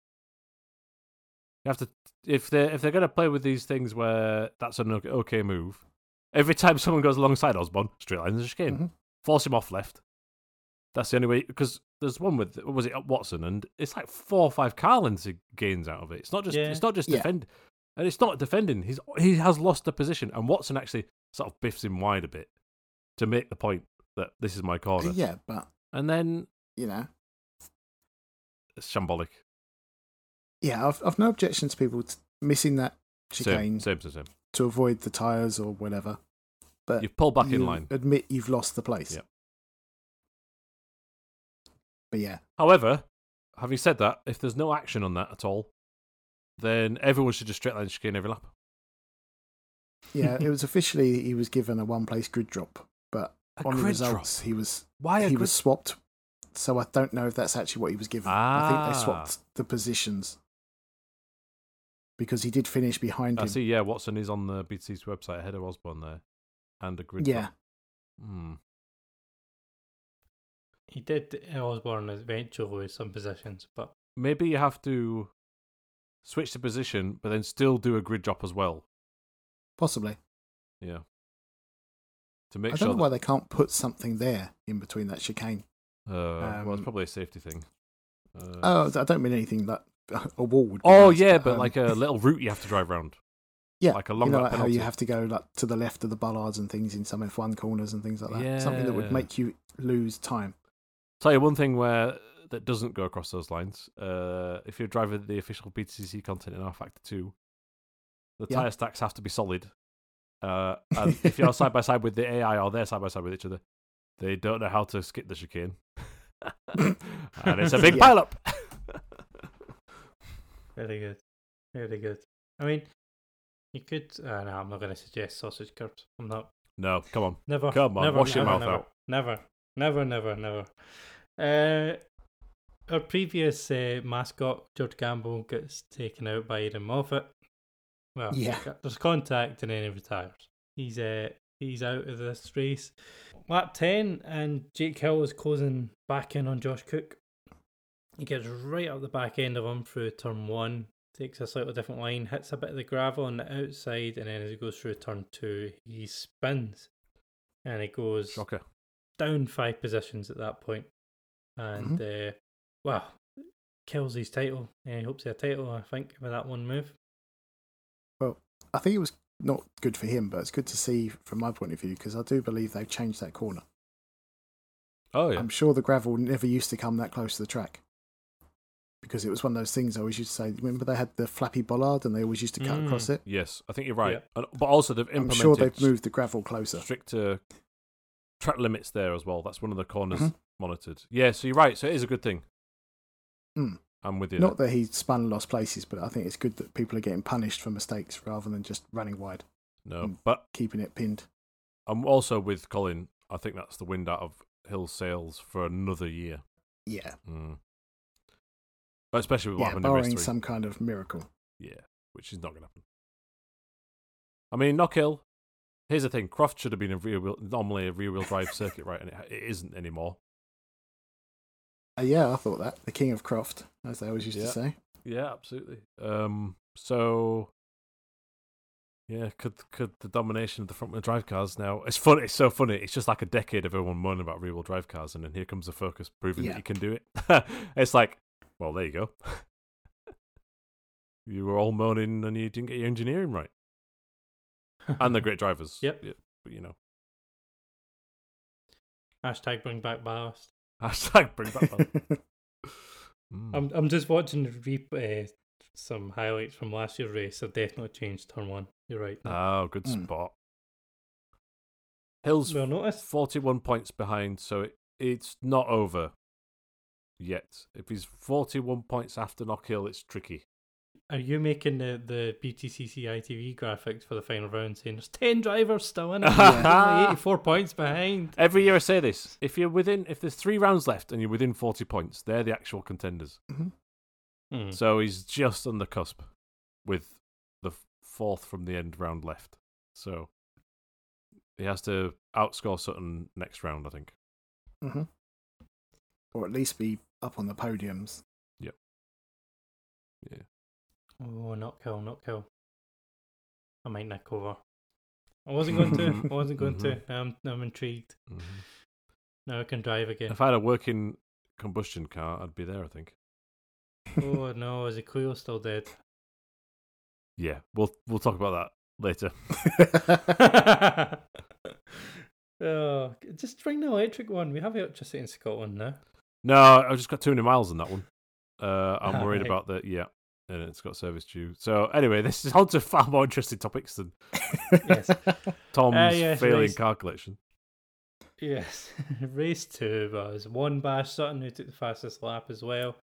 [SPEAKER 3] You have to if they if they're going to play with these things where that's an okay, okay move. Every time someone goes alongside Osborne, straight line the chicane,
[SPEAKER 2] Mhm.
[SPEAKER 3] force him off left. That's the only way because there's one with what was it at Watson and it's like four or five car lengths he gains out of it. It's not just
[SPEAKER 1] Yeah.
[SPEAKER 3] it's not just
[SPEAKER 2] Yeah.
[SPEAKER 3] defend and it's not defending. He's he has lost the position and Watson actually sort of biffs him wide a bit to make the point that this is my corner.
[SPEAKER 2] yeah, but
[SPEAKER 3] And then
[SPEAKER 2] you know,
[SPEAKER 3] it's shambolic.
[SPEAKER 2] yeah, I've I've no objection to people t- missing that
[SPEAKER 3] Same,
[SPEAKER 2] chicane
[SPEAKER 3] same, same, same.
[SPEAKER 2] to avoid the tires or whatever. But
[SPEAKER 3] You've pulled back in
[SPEAKER 2] Uh, you
[SPEAKER 3] line.
[SPEAKER 2] Admit you've lost the place.
[SPEAKER 3] Yeah.
[SPEAKER 2] But yeah,
[SPEAKER 3] However, having said that, if there's no action on that at all, then everyone should just straight line chicane every lap.
[SPEAKER 2] yeah, it was officially he was given a one place grid drop, but on the results he was
[SPEAKER 3] Why a
[SPEAKER 2] he
[SPEAKER 3] grid?
[SPEAKER 2] was swapped. So I don't know if that's actually what he was given. I think
[SPEAKER 3] Ah.
[SPEAKER 2] they swapped the positions because he did finish behind
[SPEAKER 3] I
[SPEAKER 2] him.
[SPEAKER 3] see. Yeah, Watson is on the BTC's website ahead of Osborne there, and a grid.
[SPEAKER 2] Yeah.
[SPEAKER 3] drop. Hmm.
[SPEAKER 1] He did uh, Osborne eventually with some positions, but
[SPEAKER 3] Maybe you have to switch the position, but then still do a grid drop as well.
[SPEAKER 2] Possibly.
[SPEAKER 3] Yeah.
[SPEAKER 2] I
[SPEAKER 3] To make
[SPEAKER 2] don't
[SPEAKER 3] sure.
[SPEAKER 2] know why they can't put something there in between that chicane.
[SPEAKER 3] that- uh, well, it's
[SPEAKER 2] um,
[SPEAKER 3] probably a safety thing. Uh,
[SPEAKER 2] Oh, I don't mean anything that a wall would. Be
[SPEAKER 3] oh
[SPEAKER 2] nice,
[SPEAKER 3] yeah, but
[SPEAKER 2] um,
[SPEAKER 3] like a little route you have to drive round.
[SPEAKER 2] yeah,
[SPEAKER 3] like a long
[SPEAKER 2] you know,
[SPEAKER 3] lap
[SPEAKER 2] like how you
[SPEAKER 3] penalty.
[SPEAKER 2] have to go like to the left of the bollards and things in some F1 corners and things like that. Something that
[SPEAKER 3] Yeah.
[SPEAKER 2] would make you lose time.
[SPEAKER 3] Tell you one thing where that doesn't go across those lines. Uh, if you're driving the official BTCC content in R Factor Two, the
[SPEAKER 2] Yeah.
[SPEAKER 3] tire stacks have to be solid. Uh, and if you're side by side with the AI or they're side by side with each other, they don't know how to skip the chicane, and it's a big
[SPEAKER 2] Yeah.
[SPEAKER 3] pile up.
[SPEAKER 1] very good. Very good. I mean, you could. Uh, no, I'm not going to suggest sausage curbs. I'm not.
[SPEAKER 3] no, come on.
[SPEAKER 1] Never.
[SPEAKER 3] Come on,
[SPEAKER 1] never,
[SPEAKER 3] wash your
[SPEAKER 1] never,
[SPEAKER 3] mouth
[SPEAKER 1] never,
[SPEAKER 3] out.
[SPEAKER 1] Never, never, never, never. Uh, our previous uh, mascot, George Gamble, gets taken out by Aidan Moffat. Well,
[SPEAKER 2] Yeah.
[SPEAKER 1] there's contact and then he retires. He's uh, he's out of this race. Lap 10, and Jake Hill is closing back in on Josh Cook. He gets right up the back end of him through turn one, takes a slightly different line, hits a bit of the gravel on the outside, and then as he goes through turn two, he spins and he goes
[SPEAKER 3] Shocker.
[SPEAKER 1] down five positions at that point, and uh, wow, kills his title. Uh, he hopes for a title, I think, with that one move.
[SPEAKER 2] I think it was not good for him, but it's good to see from my point of view because I do believe they've changed that corner.
[SPEAKER 3] Oh yeah.
[SPEAKER 2] I'm sure the gravel never used to come that close to the track because it was one of those things I always used to say. Remember they had the flappy bollard and they always used to cut
[SPEAKER 1] Mm.
[SPEAKER 2] across it.
[SPEAKER 3] Yes, I think you're right.
[SPEAKER 1] Yeah.
[SPEAKER 3] And, but also they've
[SPEAKER 2] I'm
[SPEAKER 3] implemented
[SPEAKER 2] sure they've moved the gravel closer.
[SPEAKER 3] stricter track limits there as well. That's one of the corners
[SPEAKER 2] Mhm.
[SPEAKER 3] monitored. Yeah, so you're right. So it is a good thing.
[SPEAKER 2] Mm.
[SPEAKER 3] I'm with you.
[SPEAKER 2] Not that he spun and lost places, but I think it's good that people are getting punished for mistakes rather than just running wide,
[SPEAKER 3] no,
[SPEAKER 2] Mm.
[SPEAKER 3] but
[SPEAKER 2] keeping it pinned.
[SPEAKER 3] I'm also with Colin. I think that's the wind out of Hill's sails for another year.
[SPEAKER 2] Yeah,
[SPEAKER 3] Mm. Especially with what
[SPEAKER 2] yeah,
[SPEAKER 3] happened in race
[SPEAKER 2] barring
[SPEAKER 3] three.
[SPEAKER 2] some kind of miracle.
[SPEAKER 3] Yeah, which is not going to happen. I mean, knock hill. Here's the thing: Croft should have been a rear wheel, normally a rear wheel drive circuit, right? And it, it isn't anymore.
[SPEAKER 2] Uh, yeah, I thought that the king of Croft, as they always used
[SPEAKER 3] Yeah.
[SPEAKER 2] to say.
[SPEAKER 3] Yeah, absolutely. Um, so yeah, could could the domination of the front wheel drive cars now? It's funny. It's so funny. It's just like a decade of everyone moaning about rear wheel drive cars, and then here comes the Focus proving
[SPEAKER 2] Yeah.
[SPEAKER 3] that you can do it. it's like, well, there you go. you were all moaning, and you didn't get your engineering right, and they're great drivers.
[SPEAKER 1] Yep.
[SPEAKER 3] Yeah, but you know,
[SPEAKER 1] Hashtag bring back ballast.
[SPEAKER 3] hashtag bring back. Ballast. Mm.
[SPEAKER 1] I'm I'm just watching the re- uh, some highlights from last year's race. I've definitely changed turn one. You're right.
[SPEAKER 3] oh, good
[SPEAKER 2] Mm.
[SPEAKER 3] spot. Hills
[SPEAKER 1] well noticed.
[SPEAKER 3] 41 points behind, so it, it's not over yet. If he's 41 points after Knockhill, it's tricky.
[SPEAKER 1] Are you making the the BTCC ITV graphics for the final round saying there's ten drivers still in it?
[SPEAKER 3] Yeah.
[SPEAKER 1] Only 84 points behind.
[SPEAKER 3] Every year I say this. If you're within, if there's three rounds left and you're within 40 points, they're the actual contenders.
[SPEAKER 2] Mhm.
[SPEAKER 1] Hmm.
[SPEAKER 3] So he's just on the cusp with the f- fourth from the end round left. So he has to outscore Sutton next round, I think.
[SPEAKER 2] hmm Or at least be up on the podiums.
[SPEAKER 1] Oh, not kill, not kill. I might nick over. I wasn't going to. I wasn't going to.
[SPEAKER 3] Mm-hmm.
[SPEAKER 1] Now I'm, now I'm intrigued. Now I can drive again.
[SPEAKER 3] If I had a working combustion car, I'd be there, I think.
[SPEAKER 1] oh no, is Cleo still dead?
[SPEAKER 3] Yeah, we'll we'll talk about that later.
[SPEAKER 1] oh, just bring the electric one. We have electricity in Scotland now.
[SPEAKER 3] No, I've just got 200 miles on that one. Uh, I'm
[SPEAKER 1] Ah,
[SPEAKER 3] worried
[SPEAKER 1] right.
[SPEAKER 3] about the yeah, and it's got service due. So anyway, this is on to far more interesting topics than
[SPEAKER 1] Yes.
[SPEAKER 3] Tom's
[SPEAKER 1] Ah, yes,
[SPEAKER 3] failing
[SPEAKER 1] nice.
[SPEAKER 3] car collection.
[SPEAKER 1] Yes, race two was one Bash Sutton who took the fastest lap as well.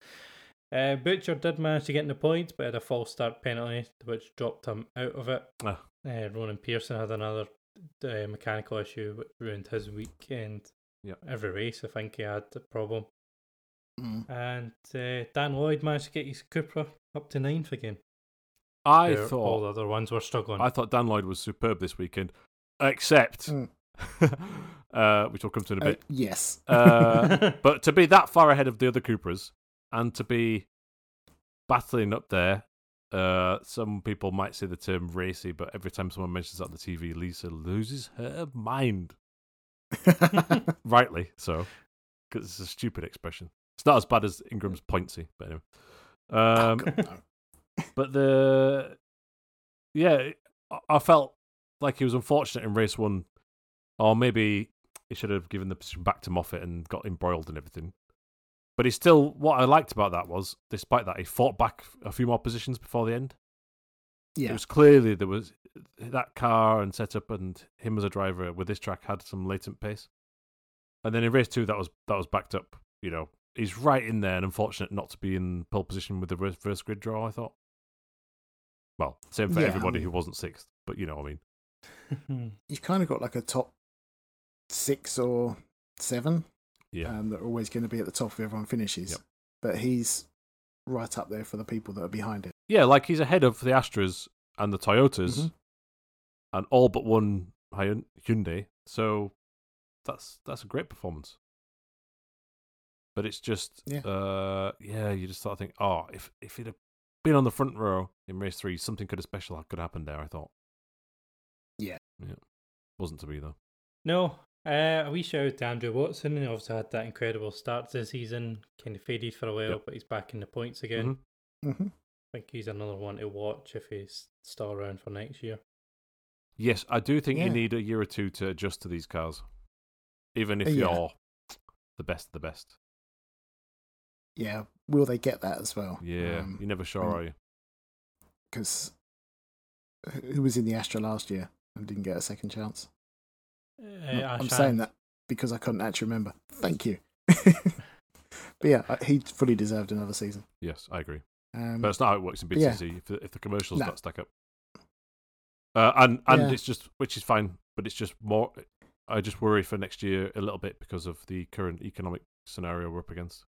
[SPEAKER 1] Uh, Butcher did manage to get in the points, but had a false start penalty, which dropped him out of it.
[SPEAKER 3] Ah.
[SPEAKER 1] Uh, Ronan Pearson had another uh, mechanical issue, which ruined his weekend.
[SPEAKER 3] Yep.
[SPEAKER 1] Every race, I think he had the problem.
[SPEAKER 2] Mm.
[SPEAKER 1] And uh, Dan Lloyd managed to get his Cupra up to ninth again.
[SPEAKER 3] I
[SPEAKER 1] Where all
[SPEAKER 3] thought
[SPEAKER 1] the other ones were struggling.
[SPEAKER 3] I thought Dan Lloyd was superb this weekend, except
[SPEAKER 2] Mm.
[SPEAKER 3] uh, which we'll come to in a
[SPEAKER 2] Uh,
[SPEAKER 3] bit.
[SPEAKER 2] yes.
[SPEAKER 3] Uh, but to be that far ahead of the other Cupras and to be battling up there, uh, some people might say the term racy, but every time someone mentions that on the TV, Lisa loses her mind. rightly so, because it's a stupid expression. It's not as bad as Ingram's pointsy, but anyway.
[SPEAKER 2] Oh,
[SPEAKER 3] Um,
[SPEAKER 2] God, no.
[SPEAKER 3] but the yeah, it- I- I felt like he was unfortunate in race one, or maybe he should have given the position back to Moffat and got embroiled in everything. But he still, what I liked about that was, despite that, he fought back a few more positions before the end. It
[SPEAKER 2] Yeah.
[SPEAKER 3] was clearly there was that car and setup and him as a driver with this track had some latent pace. And then in race two, that was that was backed up. You know, he's right in there, and unfortunate not to be in pole position with the reverse, reverse grid draw. I thought. Well, same for
[SPEAKER 2] Yeah, I
[SPEAKER 3] everybody
[SPEAKER 2] mean-
[SPEAKER 3] who wasn't sixth, but you know what I mean.
[SPEAKER 1] Hmm.
[SPEAKER 2] You've kind of got like a top six or seven
[SPEAKER 3] Yeah,
[SPEAKER 2] um, that are always going to be at the top if everyone finishes.
[SPEAKER 3] Yep.
[SPEAKER 2] But he's right up there for the people that are behind it.
[SPEAKER 3] yeah, like he's ahead of the Astras and the Toyotas,
[SPEAKER 2] Mhm.
[SPEAKER 3] and all but one Hyun- Hyundai. So that's that's a great performance. But it's just,
[SPEAKER 2] Yeah.
[SPEAKER 3] uh, yeah, you just start thinking, oh, if if he'd have been on the front row in race three, something could have special could have happened there. I thought.
[SPEAKER 2] Yeah.
[SPEAKER 3] Yeah. Wasn't to be though.
[SPEAKER 1] No, uh, a wee shout out to Andrew Watson. He obviously had that incredible start to the season, kind of faded for a while,
[SPEAKER 3] Yep.
[SPEAKER 1] but he's back in the points again.
[SPEAKER 3] Mhm.
[SPEAKER 2] hmm
[SPEAKER 1] I think he's another one to watch if he's still around for next year.
[SPEAKER 3] Yes, I do think
[SPEAKER 2] Yeah.
[SPEAKER 3] you need a year or two to adjust to these cars, even if
[SPEAKER 2] Uh, yeah.
[SPEAKER 3] you're the best of the best.
[SPEAKER 2] Yeah. Will they get that as well? Um,
[SPEAKER 3] Yeah, you're never sure,
[SPEAKER 2] and-
[SPEAKER 3] are you?
[SPEAKER 2] Because who was in the Astra last year and didn't get a second chance?
[SPEAKER 1] Uh,
[SPEAKER 2] No, I'm saying that because I couldn't actually remember. Thank you. but yeah, I- he fully deserved another season.
[SPEAKER 3] Yes, I agree.
[SPEAKER 2] Um,
[SPEAKER 3] But it's not how it works in
[SPEAKER 2] But yeah.
[SPEAKER 3] BTC if, the, if the commercials
[SPEAKER 2] No.
[SPEAKER 3] don't stack up. Uh, and and
[SPEAKER 2] Yeah.
[SPEAKER 3] it's just which is fine, but it's just more. I just worry for next year a little bit because of the current economic scenario we're up against.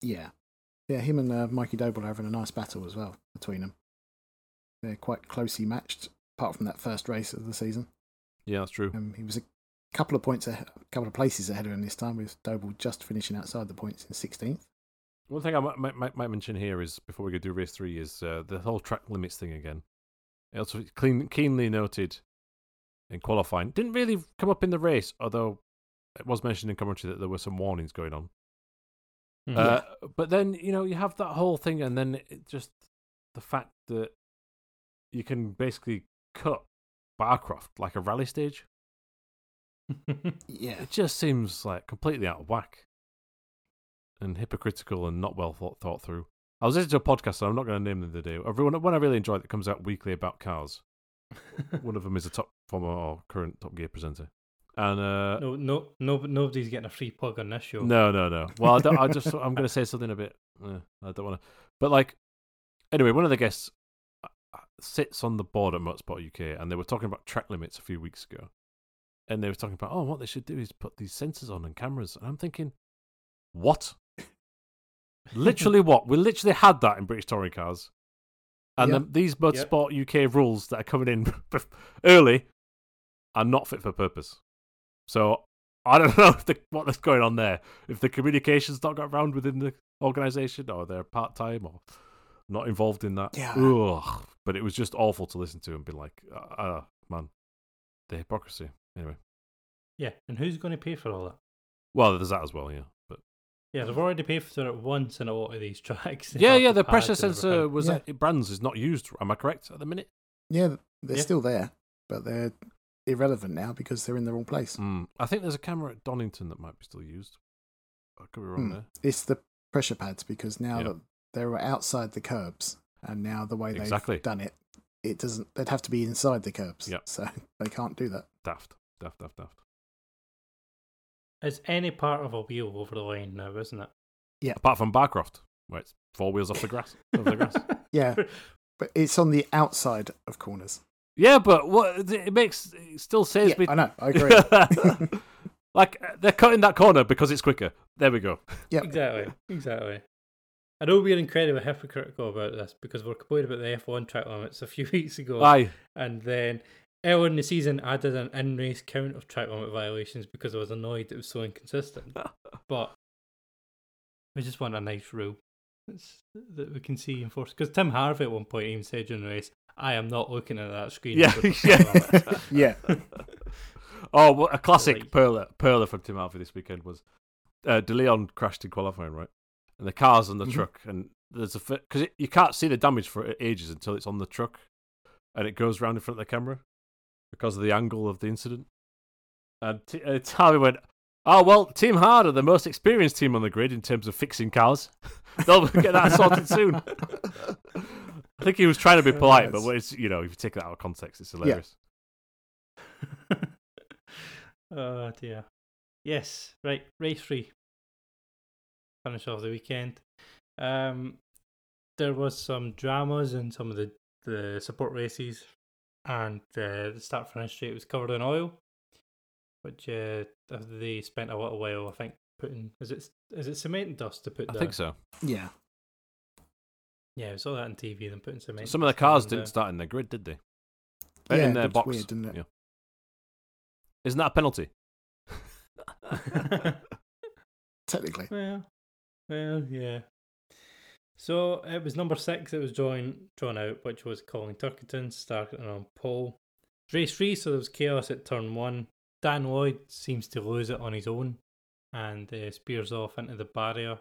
[SPEAKER 2] yeah, yeah, him and uh, Mikey Doble are having a nice battle as well between them. They're quite closely matched, apart from that first race of the season.
[SPEAKER 3] Yeah, that's true.
[SPEAKER 2] Um, he was a couple of points, ahe- a couple of places ahead of him this time, with Doble just finishing outside the points in 16th.
[SPEAKER 3] One thing I might, might- might, might mention here is before we go do race three is uh, the whole track limits thing again. It also clean, keenly noted in qualifying. Didn't really come up in the race, although it was mentioned in commentary that there were some warnings going on. Uh, but then you know you have that whole thing, and then it just the fact that you can basically cut Barcroft like a rally stage.
[SPEAKER 1] Mm-hmm.
[SPEAKER 2] Yeah,
[SPEAKER 3] It just seems like completely out of whack and hypocritical and not well thought, thought through. I was listening to a podcast, and I'm not going to name them the day. Everyone, one I really enjoy that comes out weekly about cars. One of them is a top former or current Top Gear presenter, and uh,
[SPEAKER 1] no, no, no, nobody's getting a free plug on this show.
[SPEAKER 3] No, no, no. Well, I, don't, I just I'm going to say something a bit. eh, I don't want to. But like, anyway, one of the guests uh, uh, sits on the board at Motorsport UK, and they were talking about track limits a few weeks ago, and they were talking about oh, what they should do is put these sensors on and cameras, and I'm thinking, what? literally what? We literally had that in British touring cars, and
[SPEAKER 2] Yeah.
[SPEAKER 3] then these Motorsport UK rules that are coming in early are not fit for purpose. So I don't know if the, what that's going on there. If the communications not got around within the organisation, or they're part time, or not involved in that.
[SPEAKER 2] Yeah.
[SPEAKER 3] Ugh. But it was just awful to listen to and be like, ah, ah, man, the hypocrisy. Anyway,
[SPEAKER 1] Yeah, and who's going to pay for all that?
[SPEAKER 3] well, there's that as well, yeah. But
[SPEAKER 1] Yeah, they've already paid for it once in a lot of these tracks. They
[SPEAKER 3] yeah,
[SPEAKER 1] have
[SPEAKER 3] yeah, the
[SPEAKER 1] pads
[SPEAKER 3] pressure
[SPEAKER 1] and everything.
[SPEAKER 3] sensor was
[SPEAKER 2] Yeah.
[SPEAKER 3] at Brands is not used. Am I correct at the minute?
[SPEAKER 2] yeah, they're
[SPEAKER 1] Yeah.
[SPEAKER 2] still there, but they're irrelevant now because they're in the wrong place.
[SPEAKER 3] Mm. I think there's a camera at Donington that might be still used. I could be wrong
[SPEAKER 2] Hmm.
[SPEAKER 3] there.
[SPEAKER 2] It's the pressure pads because now
[SPEAKER 3] Yeah.
[SPEAKER 2] that they were outside the curbs, and now the way they've
[SPEAKER 3] Exactly.
[SPEAKER 2] done it, it doesn't. They'd have to be inside the curbs,
[SPEAKER 3] Yep.
[SPEAKER 2] so they can't do that.
[SPEAKER 3] Daft, daft, daft, daft.
[SPEAKER 1] It's any part of a wheel over the line now, isn't it?
[SPEAKER 3] Apart from Barcroft, where it's four wheels off the grass, over the grass.
[SPEAKER 2] Yeah, but it's on the outside of corners.
[SPEAKER 3] Yeah, but what it makes it still says
[SPEAKER 2] Yeah,
[SPEAKER 3] me.
[SPEAKER 2] I know. I agree.
[SPEAKER 3] like they're cutting that corner because it's quicker. There we go.
[SPEAKER 2] yeah,
[SPEAKER 1] exactly, exactly. I know we're incredibly hypocritical about this because we're complaining about the F1 track limits a few weeks ago,
[SPEAKER 3] Aye,
[SPEAKER 1] and then earlier in the season added an in-race count of track limit violations because I was annoyed it was so inconsistent. but we just want a nice rule that's, that we can see enforced. Because Tim Harvey at one point even said during the race, "I am not looking at that screen."
[SPEAKER 3] Yeah,
[SPEAKER 1] for the
[SPEAKER 3] yeah.
[SPEAKER 1] track limits."
[SPEAKER 2] yeah.
[SPEAKER 3] oh, what a classic
[SPEAKER 1] Right.
[SPEAKER 3] perler perler from Tim Alford this weekend was uh, De Leon crashed in qualifying, right? And the car's on the
[SPEAKER 2] Mhm.
[SPEAKER 3] truck, and there's a because you can't see the damage for ages until it's on the truck, and it goes round in front of the camera because of the angle of the incident. And t- uh, Tommy went, "Oh well, Team Hard are the most experienced team on the grid in terms of fixing cars. They'll get that sorted soon." I think he was trying to be
[SPEAKER 2] Uh,
[SPEAKER 3] polite, but
[SPEAKER 2] that's-
[SPEAKER 3] what it's, you know, if you take that out of context, it's hilarious.
[SPEAKER 1] oh dear. Yes, right. Race three. Finish off the weekend. Um, there was some dramas in some of the, the support races, and uh, the start finish straight was covered in oil, which uh, they spent a little while, I think, putting is it is it cement dust to put.
[SPEAKER 3] I think
[SPEAKER 1] down?
[SPEAKER 3] so.
[SPEAKER 2] Yeah.
[SPEAKER 1] Yeah, we saw that on TV. Them putting cement.
[SPEAKER 3] Some of the
[SPEAKER 1] dust
[SPEAKER 3] cars
[SPEAKER 1] down,
[SPEAKER 3] didn't
[SPEAKER 1] uh,
[SPEAKER 3] start in their grid, did they? Uh,
[SPEAKER 2] Yeah,
[SPEAKER 3] in their
[SPEAKER 2] it looks
[SPEAKER 3] box.
[SPEAKER 2] weird, didn't it?
[SPEAKER 3] Yeah. Isn't that a penalty?
[SPEAKER 2] Technically,
[SPEAKER 1] Well, well, yeah. So it was number six that was drawn drawn out, which was Colin Turkington starting on pole. Race three, so there was chaos at turn one. Dan Lloyd seems to lose it on his own and uh, spears off into the barrier.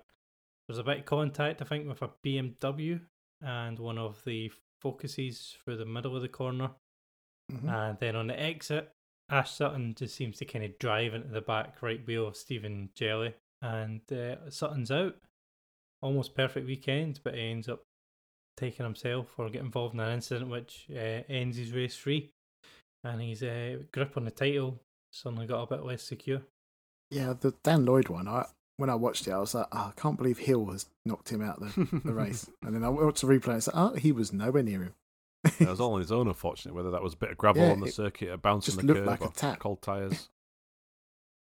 [SPEAKER 1] There's a bit of contact, I think, with a BMW and one of the focuses for the middle of the corner.
[SPEAKER 2] Mhm.
[SPEAKER 1] And then on the exit, Ash Sutton just seems to kind of drive into the back right wheel of Stephen Jelly, and uh, Sutton's out. Almost perfect weekend, but ends up taking himself or getting involved in an incident which uh, ends his race free, and his uh, grip on the title suddenly got a bit less secure.
[SPEAKER 2] yeah. The Dan Lloyd one, I when I watched it, I was like, oh, I can't believe Hill has knocked him out the, the race. and then I watched the replay and said, oh, he was nowhere near him.
[SPEAKER 3] That was all on his own, unfortunately. Whether that was a bit of gravel
[SPEAKER 2] Yeah,
[SPEAKER 3] on the
[SPEAKER 2] it
[SPEAKER 3] circuit, a bounce
[SPEAKER 2] just
[SPEAKER 3] on the
[SPEAKER 2] looked
[SPEAKER 3] curb,
[SPEAKER 2] like a
[SPEAKER 3] or
[SPEAKER 2] tap.
[SPEAKER 3] cold tires,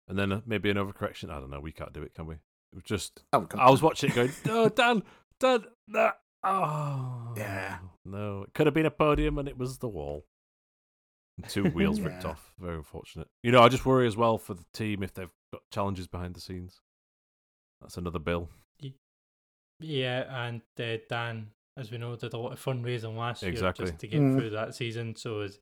[SPEAKER 3] and then uh, maybe an overcorrection. I don't know. We can't do it, can we? It was just.
[SPEAKER 2] Oh, God.
[SPEAKER 3] I was watching it going, "No, Dan, Dan, no, oh,
[SPEAKER 2] Yeah.
[SPEAKER 3] no." It could have been a podium, and it was the wall. And Two wheels ripped
[SPEAKER 2] Yeah.
[SPEAKER 3] off. Very unfortunate. You know, I just worry as well for the team if they've got challenges behind the scenes. That's another bill.
[SPEAKER 1] Yeah, and uh, Dan, as we know, did a lot of fundraising last
[SPEAKER 3] Exactly.
[SPEAKER 1] year just to get
[SPEAKER 2] Mm.
[SPEAKER 1] through that season. So, is,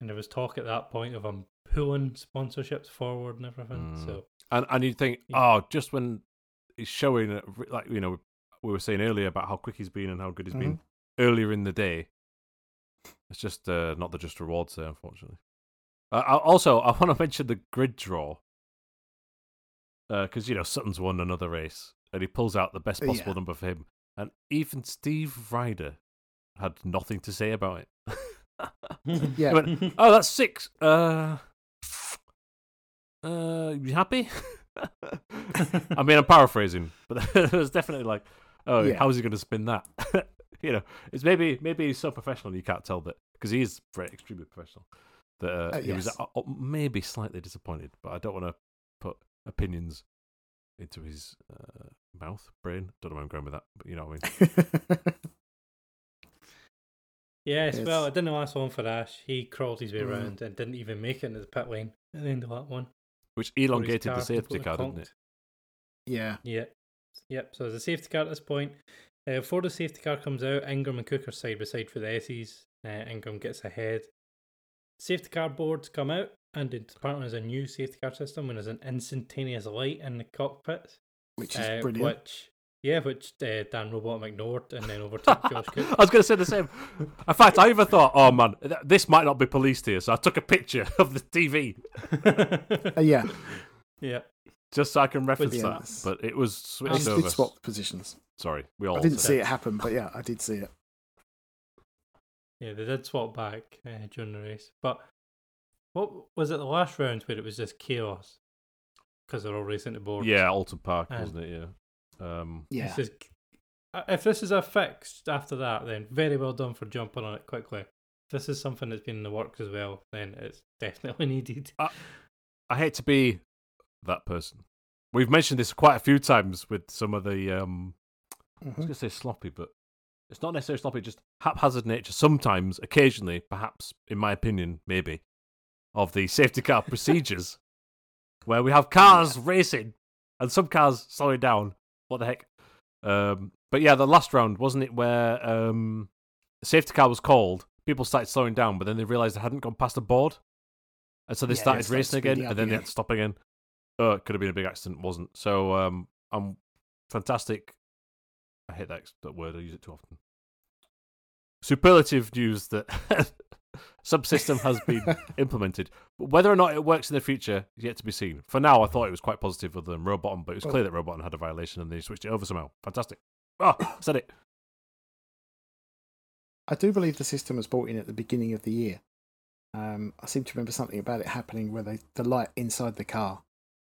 [SPEAKER 1] and there was talk at that point of him pulling sponsorships forward and everything.
[SPEAKER 3] Mm.
[SPEAKER 1] So,
[SPEAKER 3] And and you think,
[SPEAKER 1] Yeah.
[SPEAKER 3] oh, just when he's showing, it, like you know, we were saying earlier about how quick he's been and how good he's been earlier in the day. It's just uh, not the just rewards there, unfortunately. Uh, I, also, I want to mention the grid draw because you know Sutton's won another race and he pulls out the best
[SPEAKER 2] Uh,
[SPEAKER 3] possible
[SPEAKER 2] yeah.
[SPEAKER 3] number for him, and even Steve Ryder had nothing to say about it.
[SPEAKER 2] Yeah.
[SPEAKER 3] He went, oh, that's six. Uh, uh, you happy? I mean, I'm paraphrasing, but it was definitely like, oh,
[SPEAKER 2] Yeah.
[SPEAKER 3] how's he going to spin that? you know, it's maybe maybe he's so professional you can't tell that because he is very extremely professional. That uh,
[SPEAKER 2] Uh,
[SPEAKER 3] he was
[SPEAKER 2] yes.
[SPEAKER 3] uh, uh, maybe slightly disappointed, but I don't want to put opinions into his uh, mouth, brain. Don't know where I'm going with that, but you know what I mean.
[SPEAKER 1] yes,
[SPEAKER 2] Yes.
[SPEAKER 1] well, I didn't last one for Ash. He crawled his way
[SPEAKER 2] Mm.
[SPEAKER 1] around and didn't even make it into the pit lane at the end of that one.
[SPEAKER 3] Which
[SPEAKER 1] Or his
[SPEAKER 3] elongated the
[SPEAKER 1] car
[SPEAKER 3] safety
[SPEAKER 1] completely
[SPEAKER 3] car, didn't it?
[SPEAKER 1] conked.
[SPEAKER 2] yeah.
[SPEAKER 1] Yeah. Yep. So there's a safety car at this point. Uh, before the safety car comes out, Ingram and Cook are side by side for the Essies. Uh, Ingram gets ahead. Safety car boards come out, and it apparently there's a new safety car system when there's an instantaneous light in the cockpit.
[SPEAKER 2] Which is
[SPEAKER 1] uh,
[SPEAKER 2] brilliant.
[SPEAKER 1] Which, yeah, which uh, Dan Robottom ignored and then overtook Josh Cook.
[SPEAKER 3] I was going to say the same. In fact, I even thought, oh man, th- this might not be policed here. So I took a picture of the TV
[SPEAKER 2] Uh, yeah.
[SPEAKER 1] yeah.
[SPEAKER 3] just so I can reference
[SPEAKER 2] the
[SPEAKER 3] that.
[SPEAKER 2] others.
[SPEAKER 3] But it was
[SPEAKER 2] I
[SPEAKER 3] switched
[SPEAKER 2] just
[SPEAKER 3] over.
[SPEAKER 2] did swap positions.
[SPEAKER 3] Sorry, we all
[SPEAKER 2] I didn't
[SPEAKER 3] said-
[SPEAKER 2] see it happen, but yeah, I did see it.
[SPEAKER 1] Yeah, they did swap back uh, during the race. But what was it the last round where it was just chaos? Because they're all racing to boards.
[SPEAKER 3] Yeah, Alton Park,
[SPEAKER 1] Um,
[SPEAKER 3] wasn't it? Yeah. Um,
[SPEAKER 2] Yeah.
[SPEAKER 1] This is, uh, if this is a fix after that, then very well done for jumping on it quickly. If this is something that's been in the works as well, then it's definitely needed.
[SPEAKER 3] I hate to be that person. We've mentioned this quite a few times with some of the. Um, I was
[SPEAKER 2] Mhm.
[SPEAKER 3] going to say sloppy, but it's not necessarily sloppy. Just haphazard nature. Sometimes, occasionally, perhaps, in my opinion, maybe, of the safety car procedures, where we have cars racing and some cars slowing down. What the heck? Um, but yeah, the last round wasn't it where um, the safety car was called? People started slowing down, but then they realised they hadn't gone past the board, and so they
[SPEAKER 2] Yeah, they
[SPEAKER 3] started
[SPEAKER 2] started
[SPEAKER 3] racing again,
[SPEAKER 2] speeding
[SPEAKER 3] and
[SPEAKER 2] up
[SPEAKER 3] then they
[SPEAKER 2] again.
[SPEAKER 3] had to stop again. Oh, it could have been a big accident, wasn't? So um, I'm fantastic I hate that, ex- that word. I use it too often. Superlative news that subsystem has been implemented. But whether or not it works in the future is yet to be seen. For now, I thought it was quite positive other than Roboton, but it was clear that Roboton had a violation and they switched it over somehow. Fantastic. Ah, said it.
[SPEAKER 2] I do believe the system was brought in at the beginning of the year. Um, I seem to remember something about it happening where they, the light inside the car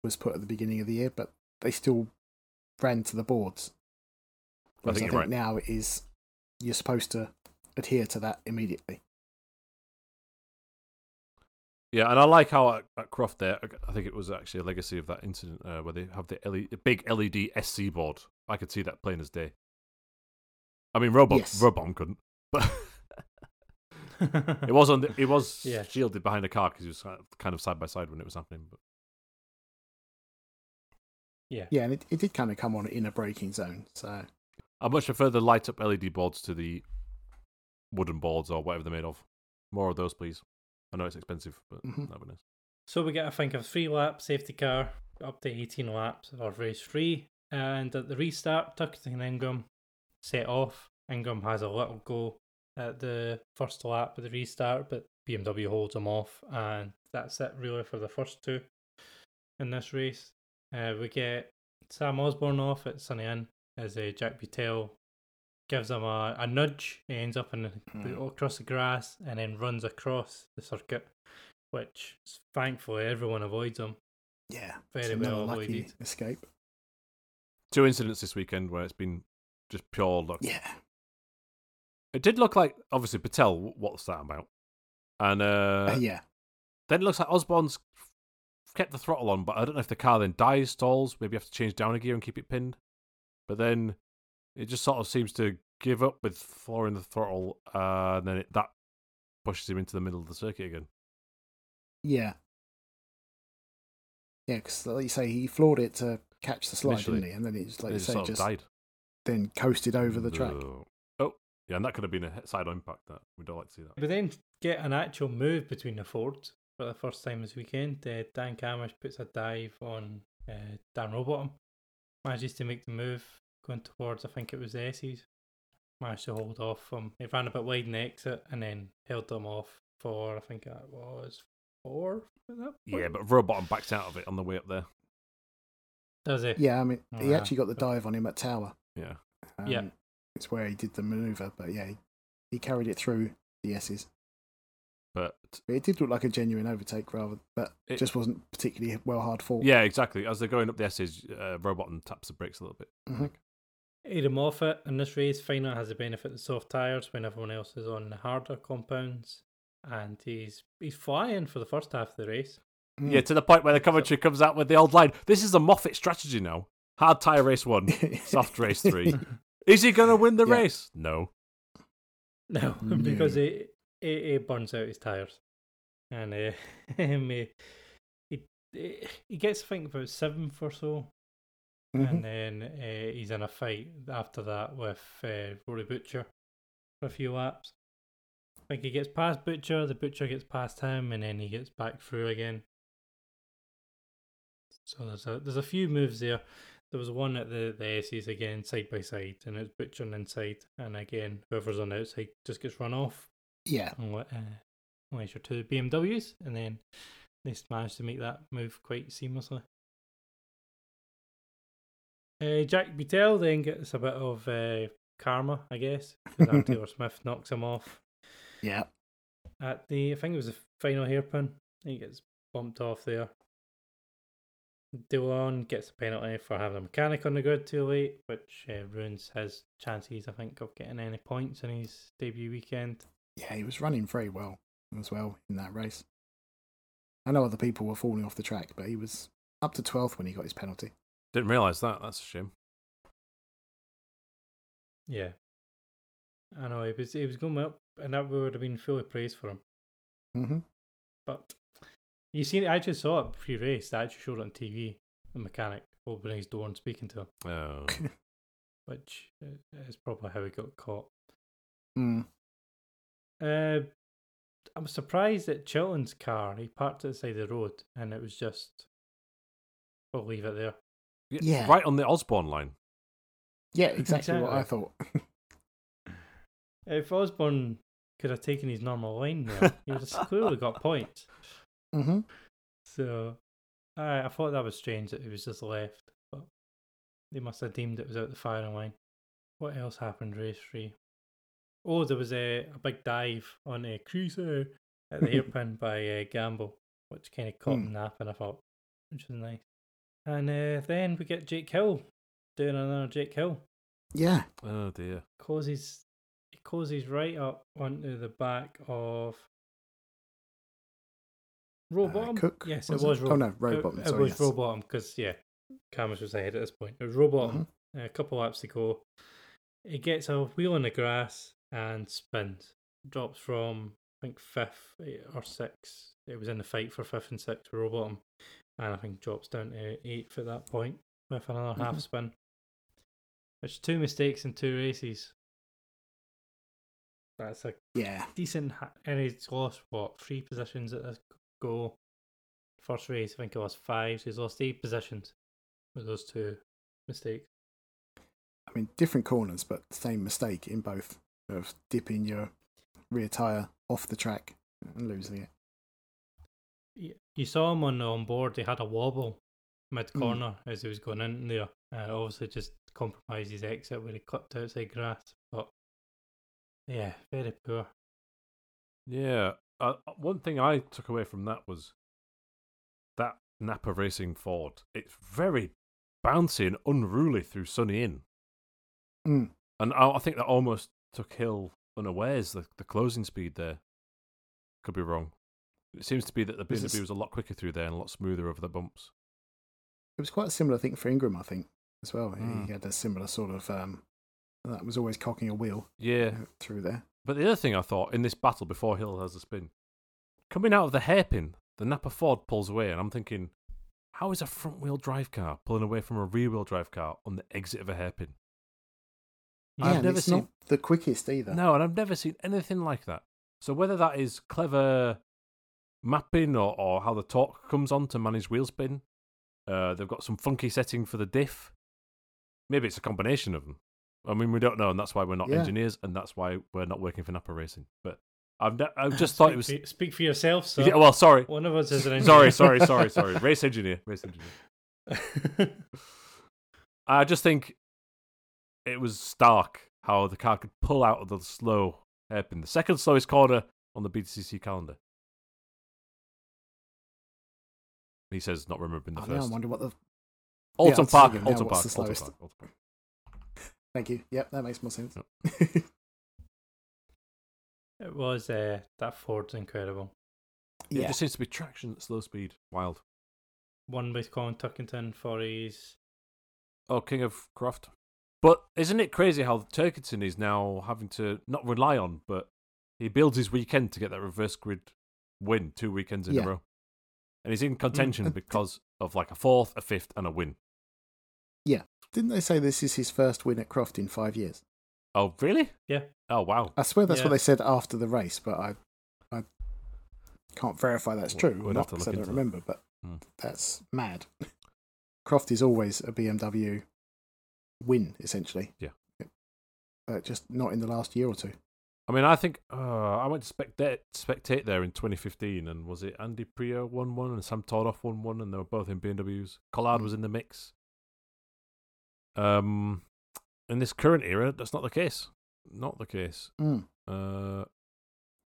[SPEAKER 2] was put at the beginning of the year, but they still ran to the boards.
[SPEAKER 3] I
[SPEAKER 2] Whereas
[SPEAKER 3] think you're right.
[SPEAKER 2] now it is you're supposed to adhere to that immediately.
[SPEAKER 3] Yeah, and I like how at, at Croft there, I think it was actually a legacy of that incident uh, where they have the LE big E LED SC board. I could see that plain as day. I mean, Robot
[SPEAKER 2] Yes.
[SPEAKER 3] Robot couldn't, but It was on. The, it was
[SPEAKER 1] Yeah.
[SPEAKER 3] shielded behind a car because he was kind of- kind of side by side when it was happening. But
[SPEAKER 1] yeah.
[SPEAKER 2] Yeah, and it, it did kind of come on in a braking zone. So
[SPEAKER 3] I much prefer the light up LED boards to the wooden boards or whatever they're made of. More of those, please. I know it's expensive, but
[SPEAKER 2] Mhm.
[SPEAKER 3] that'd be nice.
[SPEAKER 1] So we get, I think, a three lap safety car up to 18 laps of race three. And at the restart, Tuckington and Ingram set off. Ingram has a little go at the first lap of the restart, but BMW holds him off. And that's it, really, for the first two in this race. Uh, we get Sam Osborne off at Sunny Inn as uh, Jack Butel gives him a, a nudge. He ends up in the,
[SPEAKER 2] Mm.
[SPEAKER 1] across the grass and then runs across the circuit which s- thankfully everyone avoids him
[SPEAKER 2] yeah, it's
[SPEAKER 1] very
[SPEAKER 2] another
[SPEAKER 1] well
[SPEAKER 2] lucky
[SPEAKER 1] avoided.
[SPEAKER 2] escape.
[SPEAKER 3] two incidents this weekend where it's been just pure luck.
[SPEAKER 2] Yeah.
[SPEAKER 3] It did look like obviously Patel. w- What's that about? And uh,
[SPEAKER 2] Uh, yeah.
[SPEAKER 3] then it looks like Osborne's kept the throttle on, but I don't know if the car then dies, stalls. Maybe you have to change down a gear and keep it pinned. But then it just sort of seems to give up with flooring the throttle, uh, and then it, that pushes him into the middle of the circuit again.
[SPEAKER 2] Yeah. Yeah, because like you say, he floored it to catch the slide,
[SPEAKER 3] Initially.
[SPEAKER 2] didn't he? And then it's like
[SPEAKER 3] And
[SPEAKER 2] you
[SPEAKER 3] it just
[SPEAKER 2] say,
[SPEAKER 3] sort
[SPEAKER 2] just
[SPEAKER 3] of died
[SPEAKER 2] then coasted over the track.
[SPEAKER 3] Ugh. Oh, yeah, and that could have been a he- side impact. That we don't like to see that.
[SPEAKER 1] We then get an actual move between the Fords for the first time this weekend. Uh, Dan Camish puts a dive on uh, Dan Robottom, manages to make the move going towards, I think it was the S's. Managed to hold off from, he ran a bit wide in the exit and then held them off for, I think that was four. at that point?
[SPEAKER 3] Yeah, but Robot backs out of it on the way up there.
[SPEAKER 1] Does he?
[SPEAKER 2] Oh, Yeah, I mean, he
[SPEAKER 1] Wow.
[SPEAKER 2] actually got the dive on him at Tower.
[SPEAKER 3] Yeah,
[SPEAKER 2] Um,
[SPEAKER 1] Yeah.
[SPEAKER 2] It's where he did the maneuver, but yeah, he, he carried it through the S's.
[SPEAKER 3] but
[SPEAKER 2] But it did look like a genuine overtake rather, but
[SPEAKER 3] It-
[SPEAKER 2] just wasn't particularly well hard fought.
[SPEAKER 3] yeah, exactly. As they're going up the S's, uh, Robot taps the brakes a little bit. I
[SPEAKER 2] Mhm.
[SPEAKER 3] think.
[SPEAKER 1] Ada Moffat in this race finally has the benefit of soft tyres when everyone else is on the harder compounds. And he's he's flying for the first half of the race.
[SPEAKER 2] Mm.
[SPEAKER 3] Yeah, to the point where the commentary comes out with the old line. This is a Moffat strategy now. Hard tire race one, soft race three. Is he going to win the
[SPEAKER 2] Yeah.
[SPEAKER 3] race? No.
[SPEAKER 1] No,
[SPEAKER 2] No.
[SPEAKER 1] because he, he he burns out his tires, and uh, um, he, he he gets I think about seventh or so,
[SPEAKER 2] Mhm.
[SPEAKER 1] and then uh, he's in a fight after that with uh, Rory Butcher for a few laps. I think he gets past Butcher, the Butcher gets past him, and then he gets back through again. So there's a there's a few moves there. There was one at the the S's again side by side, and it's Butcher on the inside, and again whoever's on the outside just gets run off.
[SPEAKER 2] Yeah.
[SPEAKER 1] Unless uh, unless you're two BMWs, and then they s- managed to make that move quite seamlessly. Uh, Jack Butel then gets a bit of uh, karma, I guess, because Taylor Smith knocks him off
[SPEAKER 2] Yeah.
[SPEAKER 1] at the I think it was the final hairpin. He gets bumped off there. Dillon gets a penalty for having a mechanic on the grid too late, which uh, ruins his chances, I think, of getting any points in his debut weekend.
[SPEAKER 2] Yeah, he was running very well as well in that race. I know other people were falling off the track, but he was up to 12th when he got his penalty.
[SPEAKER 3] Didn't realise that. That's a shame.
[SPEAKER 1] Yeah, I know he was he was going well, and that would have been fully praised for him.
[SPEAKER 2] hmm
[SPEAKER 1] But you see, I actually saw it pre-race. They actually showed it on TV. The mechanic opening his door and speaking to him,
[SPEAKER 3] Oh.
[SPEAKER 1] which uh, is probably how he got caught.
[SPEAKER 2] Mm.
[SPEAKER 1] Uh, I'm surprised at Chilton's car. He parked at the side of the road, and it was just. We'll leave it there.
[SPEAKER 3] Yeah,
[SPEAKER 2] Yeah.
[SPEAKER 3] Right on the Osborne line.
[SPEAKER 2] Yeah, exactly what I thought.
[SPEAKER 1] If Osborne could have taken his normal line there, he would have clearly got points.
[SPEAKER 2] hmm
[SPEAKER 1] So, I I thought that was strange that he was just left, but they must have deemed it was out the firing line. What else happened race three? Oh, there was a, a big dive on a cruiser at the hairpin by uh, Gamble, which kind of caught him napping. I thought, which was nice. And uh, then we get Jake Hill doing another Jake Hill
[SPEAKER 2] Yeah.
[SPEAKER 3] Oh dear.
[SPEAKER 1] causes it causes right up onto the back of
[SPEAKER 2] Uh,
[SPEAKER 1] Robot.
[SPEAKER 2] Cook.
[SPEAKER 1] yes, it was. Rob-
[SPEAKER 2] Oh, no,
[SPEAKER 1] it-
[SPEAKER 2] Robottom.
[SPEAKER 1] It,
[SPEAKER 2] sorry,
[SPEAKER 1] was
[SPEAKER 2] yes.
[SPEAKER 1] Robottom because yeah, Camus was ahead at this point. It was Robottom.
[SPEAKER 2] Mhm.
[SPEAKER 1] A couple laps to go. It gets a wheel on the grass and spins. Drops from I think fifth or sixth. It was in the fight for fifth and sixth with Robottom, and I think drops down to eighth at that point E with another half
[SPEAKER 2] Mhm.
[SPEAKER 1] spin. It's two mistakes in two races. That's a
[SPEAKER 2] Yeah.
[SPEAKER 1] decent, ha- and he's lost what three positions at this goal. First race, I think he lost five. So he's lost eight positions with those two mistakes.
[SPEAKER 2] I mean, different corners, but same mistake in both of dipping your rear tyre off the track and losing it.
[SPEAKER 1] Y- You saw him on on board. He had a wobble mid
[SPEAKER 3] Hmm.
[SPEAKER 1] corner as he was going in there, and obviously just compromised his exit where he clipped outside grass. But yeah, very poor.
[SPEAKER 3] Yeah. Uh, one thing I took away from that was that Napa Racing Ford. It's very bouncy and unruly through Sunny Inn.
[SPEAKER 2] Mm.
[SPEAKER 3] And I, I think that almost took Hill unawares, the, the closing speed there. Could be wrong. It seems to be that the
[SPEAKER 2] This
[SPEAKER 3] B&B
[SPEAKER 2] is-
[SPEAKER 3] was a lot quicker through there and a lot smoother over the bumps.
[SPEAKER 2] It was quite a similar thing for Ingram, I think, as well. He-
[SPEAKER 3] Mm.
[SPEAKER 2] He had a similar sort of um, that was always cocking a wheel
[SPEAKER 3] Yeah.
[SPEAKER 2] uh, through there.
[SPEAKER 3] But the other thing I thought in this battle before Hill has the spin, coming out of the hairpin, the Napa Ford pulls away, and I'm thinking, how is a front wheel drive car pulling away from a rear wheel drive car on the exit of a hairpin?
[SPEAKER 2] Yeah,
[SPEAKER 3] I've
[SPEAKER 2] and
[SPEAKER 3] never
[SPEAKER 2] it's
[SPEAKER 3] seen-
[SPEAKER 2] not the quickest either.
[SPEAKER 3] No, and I've never seen anything like that. So whether that is clever mapping or, or how the torque comes on to manage wheel spin, uh, they've got some funky setting for the diff. Maybe it's a combination of them. I mean, we don't know, and that's why we're not
[SPEAKER 2] Yeah.
[SPEAKER 3] engineers, and that's why we're not working for Napa Racing. But I've, ne- I've just
[SPEAKER 1] Speak,
[SPEAKER 3] thought it was.
[SPEAKER 1] for, y- speak for yourself, sir.
[SPEAKER 3] Yeah, well, sorry,
[SPEAKER 1] One of us is an
[SPEAKER 3] sorry,
[SPEAKER 1] engineer.
[SPEAKER 3] sorry, sorry, sorry. Race engineer, race engineer. I just think it was stark how the car could pull out of the slow hairpin, the second slowest corner on the BTCC calendar. He says not remembering the
[SPEAKER 2] Oh, I know, I
[SPEAKER 3] first.
[SPEAKER 2] wonder what the. Yeah,
[SPEAKER 3] Alton
[SPEAKER 2] that's
[SPEAKER 3] Park,
[SPEAKER 2] the thing, yeah,
[SPEAKER 3] Alton
[SPEAKER 2] what's
[SPEAKER 3] Park,
[SPEAKER 2] the
[SPEAKER 3] Alton
[SPEAKER 2] slowest?
[SPEAKER 3] Park, Alton Park.
[SPEAKER 2] Thank you. Yep, that makes more sense.
[SPEAKER 1] it was uh, that Ford's incredible.
[SPEAKER 3] It
[SPEAKER 2] yeah.
[SPEAKER 3] just seems to be traction at slow speed. Wild.
[SPEAKER 1] One with Colin Tuckington for his
[SPEAKER 3] Oh, King of Croft. But isn't it crazy how Turkington is now having to not rely on, but he builds his weekend to get that reverse grid win two weekends in
[SPEAKER 2] Yeah. Mm,
[SPEAKER 3] a row. And he's in contention
[SPEAKER 2] and th-
[SPEAKER 3] because of like a fourth, a fifth, and a win.
[SPEAKER 2] Didn't they say this is his first win at Croft in five years?
[SPEAKER 3] Oh, really?
[SPEAKER 1] Yeah.
[SPEAKER 3] Oh, wow.
[SPEAKER 2] I swear that's what
[SPEAKER 1] Yeah.
[SPEAKER 2] they said after the race, but I, I can't verify that's
[SPEAKER 3] We'll-
[SPEAKER 2] true.
[SPEAKER 3] we'll
[SPEAKER 2] or not,
[SPEAKER 3] have to
[SPEAKER 2] 'cause I
[SPEAKER 3] look
[SPEAKER 2] don't
[SPEAKER 3] into that.
[SPEAKER 2] remember, but
[SPEAKER 3] Hmm.
[SPEAKER 2] that's mad. Croft is always a BMW win, essentially.
[SPEAKER 3] Yeah.
[SPEAKER 2] But just not in the last year or two.
[SPEAKER 3] I mean, I think uh, I went to spectate, spectate there in 2015, and was it Andy Prio 1 1 and Sam Tordoff 1 1, and they were both in BMWs. Collard was in the mix. Um, In this current era, that's not the case. Not the case.
[SPEAKER 2] Mm.
[SPEAKER 3] Uh,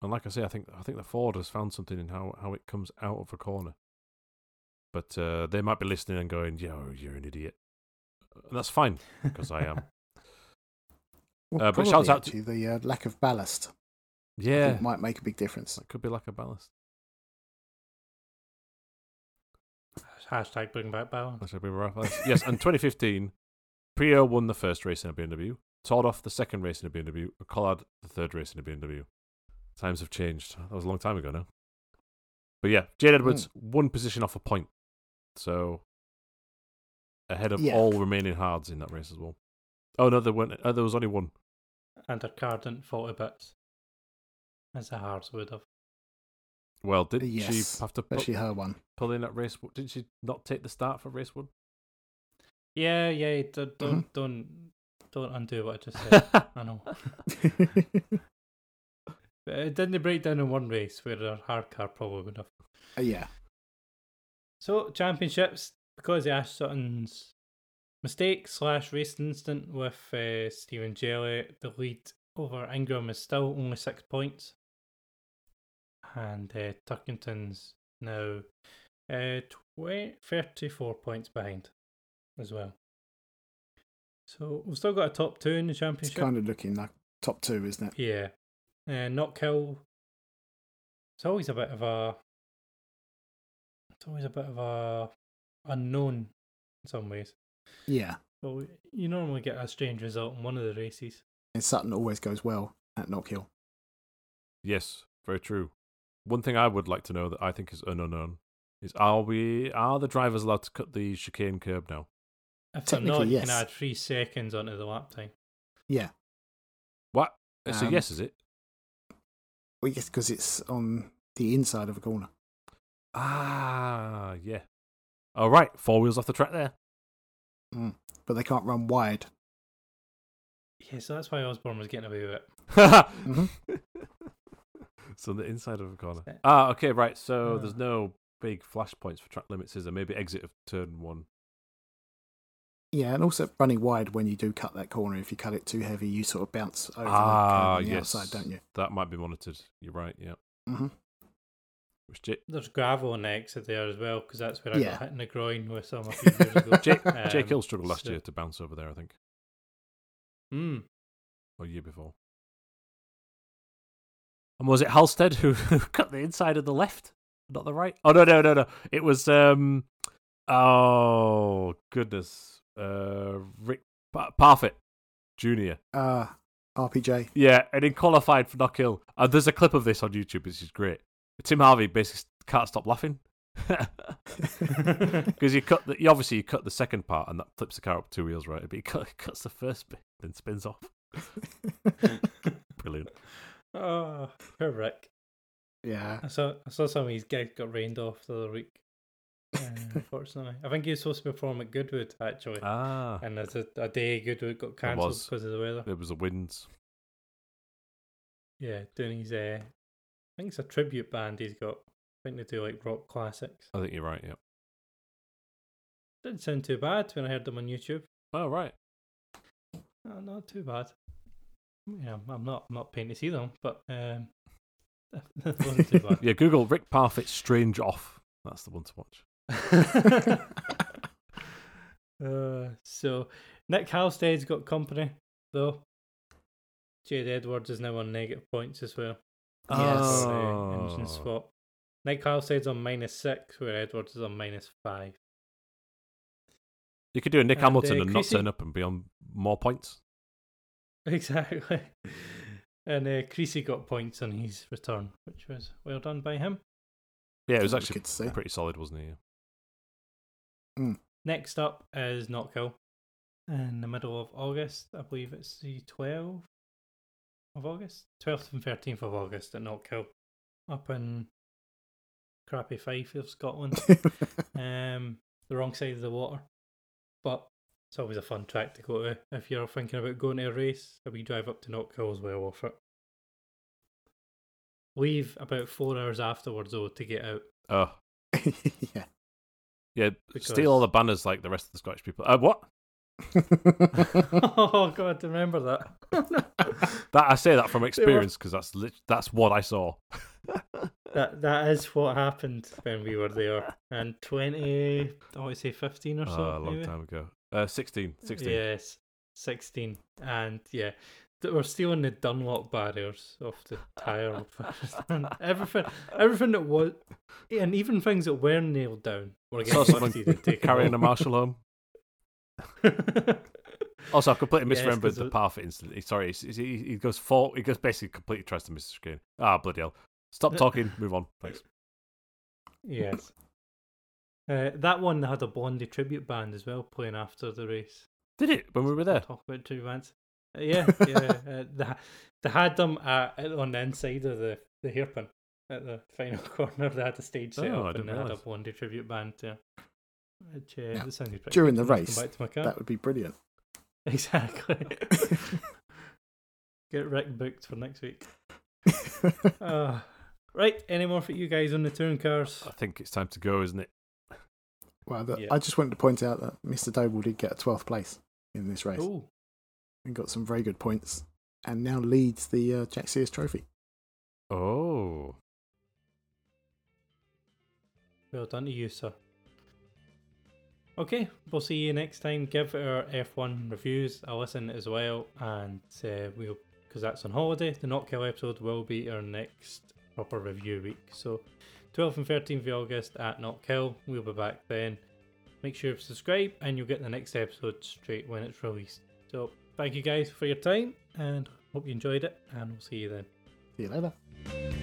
[SPEAKER 3] and like I say, I think I think the Ford has found something in how, how it comes out of a corner. But uh, they might be listening and going, "Yo, you're an idiot," and that's fine because I am.
[SPEAKER 2] Well,
[SPEAKER 3] Uh, but
[SPEAKER 2] probably,
[SPEAKER 3] shouts out to-
[SPEAKER 2] actually, the uh, lack of ballast I
[SPEAKER 3] Yeah,
[SPEAKER 2] think might make a big difference.
[SPEAKER 3] that could be like a ballast.
[SPEAKER 1] hashtag bring back balance.
[SPEAKER 3] That should be right. That's- yes, and 2015, Prio won the first race in a BMW, Tordoff the second race in a BMW, and Collard the third race in a BMW. Times have changed. That was a long time ago now. But yeah,
[SPEAKER 2] Hmm.
[SPEAKER 3] Jade Edwards, one position off a point. So ahead of
[SPEAKER 2] Yeah.
[SPEAKER 3] all remaining hards in that race as well. Oh no, there weren't. Uh, there was only one.
[SPEAKER 1] And her car didn't fall to bits. As the Hards would have.
[SPEAKER 3] Well, did
[SPEAKER 2] Yes,
[SPEAKER 3] she have to pu-
[SPEAKER 2] Especially her one.
[SPEAKER 3] pull in at race? Did she not take the start for race one?
[SPEAKER 1] Yeah, yeah, d- don't,
[SPEAKER 2] Mhm.
[SPEAKER 1] don't, don't undo what I just said. I know.
[SPEAKER 2] Uh,
[SPEAKER 1] But it didn't break down in one race where her hard car probably would have.
[SPEAKER 2] yeah.
[SPEAKER 1] So championships because of Ash Sutton's mistake slash race incident with uh, Stephen Jelly, the lead over Ingram is still only six points, and uh, Tuckington's now uh, 20, 34 points behind as well. So we've still got a top two in the
[SPEAKER 2] It's
[SPEAKER 1] championship.
[SPEAKER 2] kind of looking like top two, isn't it?
[SPEAKER 1] Yeah. And not kill. It's always a bit of a. It's always a bit of a unknown in some ways.
[SPEAKER 2] Yeah.
[SPEAKER 1] Well, you normally get a strange result in one of the races.
[SPEAKER 2] And Sutton always goes well at Knock Hill.
[SPEAKER 3] Yes, very true. One thing I would like to know that I think is an unknown is are we are the drivers allowed to cut the chicane curb now?
[SPEAKER 1] If they're not,
[SPEAKER 2] Technically,
[SPEAKER 1] you can
[SPEAKER 2] yes.
[SPEAKER 1] add three seconds onto the lap time.
[SPEAKER 2] Yeah.
[SPEAKER 3] What? It's a
[SPEAKER 2] Um,
[SPEAKER 3] yes, is it?
[SPEAKER 2] Well, yes, because it's on the inside of a corner.
[SPEAKER 3] Ah, yeah. All right, four wheels off the track there.
[SPEAKER 2] But they can't run wide.
[SPEAKER 1] Yeah, so that's why Osborne was getting away with it.
[SPEAKER 2] Mm.
[SPEAKER 3] Mm-hmm. so the inside of a corner.
[SPEAKER 1] Set.
[SPEAKER 3] Ah, okay, right. So
[SPEAKER 1] Ah.
[SPEAKER 3] there's no big flash points for track limits, is there? Maybe exit of turn one.
[SPEAKER 2] Yeah, and also running wide when you do cut that corner. If you cut it too heavy, you sort of bounce over the curb
[SPEAKER 3] ah,
[SPEAKER 2] on the
[SPEAKER 3] yes.
[SPEAKER 2] outside, don't you?
[SPEAKER 3] That might be monitored. You're right. Yeah.
[SPEAKER 2] Mm-hmm.
[SPEAKER 3] which Jake,
[SPEAKER 1] There's gravel next to there as well because that's where I
[SPEAKER 2] Yeah.
[SPEAKER 1] got hit in the groin with some a few years ago.
[SPEAKER 3] Jake,
[SPEAKER 1] Um,
[SPEAKER 3] Jake Hill struggled last
[SPEAKER 1] so-
[SPEAKER 3] year to bounce over there, I think,
[SPEAKER 1] Mm,
[SPEAKER 3] or year before. And was it Halstead who cut the inside of the left, not the right? Oh no, no, no, no! It was um, oh goodness, uh, Rick pa- Parfit Junior.
[SPEAKER 2] Uh, RPJ.
[SPEAKER 3] Yeah, and he qualified for knock hill. Uh, there's a clip of this on YouTube, which is great. Tim Harvey basically can't stop laughing because you cut the you obviously you cut the second part and that flips the car up two wheels, right? But he cut, cuts the first bit, then spins off. Brilliant.
[SPEAKER 1] oh, poor Rick.
[SPEAKER 2] yeah.
[SPEAKER 1] I saw I saw some of his gigs got rained off the other week. Uh, unfortunately, I think he was supposed to perform at Goodwood actually,
[SPEAKER 3] Ah,
[SPEAKER 1] and there's a, a day Goodwood got cancelled
[SPEAKER 3] was.
[SPEAKER 1] because of the weather.
[SPEAKER 3] it was the winds.
[SPEAKER 1] Yeah, doing his uh, I think it's a tribute band he's got. I think they do like rock classics.
[SPEAKER 3] I think you're right. Yeah.
[SPEAKER 1] Didn't sound too bad when I heard them on YouTube.
[SPEAKER 3] Oh right.
[SPEAKER 1] No, not too bad. Yeah, I'm- I'm not I'm not paying to see them, but um, it wasn't too bad.
[SPEAKER 3] Yeah. Google Rick Parfit strange off. That's the one to watch.
[SPEAKER 1] uh, so Nick Halstead's got company though. Jade Edwards is now on negative points as well.
[SPEAKER 2] Yes.
[SPEAKER 1] for the
[SPEAKER 3] Oh.
[SPEAKER 1] engine swap. Nick Halstead's on minus six, where Edwards is on minus five.
[SPEAKER 3] You could do a Nick
[SPEAKER 1] And,
[SPEAKER 3] Hamilton
[SPEAKER 1] uh,
[SPEAKER 3] and not
[SPEAKER 1] Creasy-
[SPEAKER 3] turn up and be on more points.
[SPEAKER 1] Exactly. And uh, Creasy got points on his return, which was well done by him.
[SPEAKER 3] Yeah, it was
[SPEAKER 2] You
[SPEAKER 3] actually
[SPEAKER 2] could say.
[SPEAKER 3] pretty solid, wasn't it? Yeah.
[SPEAKER 1] Next up is Knockhill in the middle of August. I believe it's the 12th of August, 12th and 13th of August at Knockhill up in crappy Fife of Scotland, um, the wrong side of the water. But it's always a fun track to go to if you're thinking about going to a race. A wee drive up to Knockhill is well worth it. Leave about four hours afterwards though to get out.
[SPEAKER 3] Oh,
[SPEAKER 2] yeah.
[SPEAKER 3] yeah.
[SPEAKER 1] Because-
[SPEAKER 3] Steal all the banners like the rest of the Scottish people. Uh, what?
[SPEAKER 1] oh god, remember that.
[SPEAKER 3] That I say that from experience because that's lit- that's what I saw.
[SPEAKER 1] That that is what happened when we were there. And twenty, I want to say fifteen or
[SPEAKER 3] Uh,
[SPEAKER 1] so.
[SPEAKER 3] a long
[SPEAKER 1] maybe?
[SPEAKER 3] time ago. Uh, 16, 16.
[SPEAKER 1] Yes, sixteen. And yeah, th- we're stealing the Dunlop barriers off the tire, and everything, everything that was, and even things that were nailed down were
[SPEAKER 3] Saw
[SPEAKER 1] getting
[SPEAKER 3] someone
[SPEAKER 1] lifted and taken
[SPEAKER 3] Carrying a
[SPEAKER 1] off.
[SPEAKER 3] marshal home. Also, I completely
[SPEAKER 1] Yes, 'cause
[SPEAKER 3] misremembered the
[SPEAKER 1] it-
[SPEAKER 3] Parfit incident. He- Sorry, he, he, he goes fall. He goes basically completely tries to miss the screen. Ah, bloody hell! Stop talking. Move on. Thanks.
[SPEAKER 1] yes. Uh, that one they had a Blondie tribute band as well playing after the race.
[SPEAKER 3] Did it when we were there?
[SPEAKER 1] Talk about two bands. Uh, yeah, yeah. uh, they, ha- they had them uh, on the inside of the, the hairpin at the final corner. They had a stage set
[SPEAKER 3] Oh, I
[SPEAKER 1] up and
[SPEAKER 3] didn't
[SPEAKER 1] they had a
[SPEAKER 3] realise.
[SPEAKER 1] Blondie tribute band there. Which, uh,
[SPEAKER 2] Yeah.
[SPEAKER 1] that sounded pretty
[SPEAKER 2] During
[SPEAKER 1] good.
[SPEAKER 2] the
[SPEAKER 1] I'll
[SPEAKER 2] race,
[SPEAKER 1] Come back to my car.
[SPEAKER 2] That would be brilliant.
[SPEAKER 1] Exactly. Get Rick booked for next week. Uh, right, any more for you guys on the touring cars?
[SPEAKER 3] I think it's time to go, isn't it?
[SPEAKER 2] well, that,
[SPEAKER 1] Yeah.
[SPEAKER 2] I just wanted to point out that Mr. Doble did get a 12th place in this race
[SPEAKER 1] Oh,
[SPEAKER 2] and got some very good points and now leads the uh, Jack Sears Trophy.
[SPEAKER 3] Oh,
[SPEAKER 1] well done to you, sir. Okay, we'll see you next time. Give our F1 reviews a listen as well, and uh, we'll because that's on holiday. The Knockkill episode will be our next proper review week. So, 12th and 13th of August at Knockkill. We'll be back then. Make sure to subscribe, and you'll get the next episode straight when it's released. So, thank you guys for your time, and hope you enjoyed it, and we'll see you then.
[SPEAKER 2] See you later.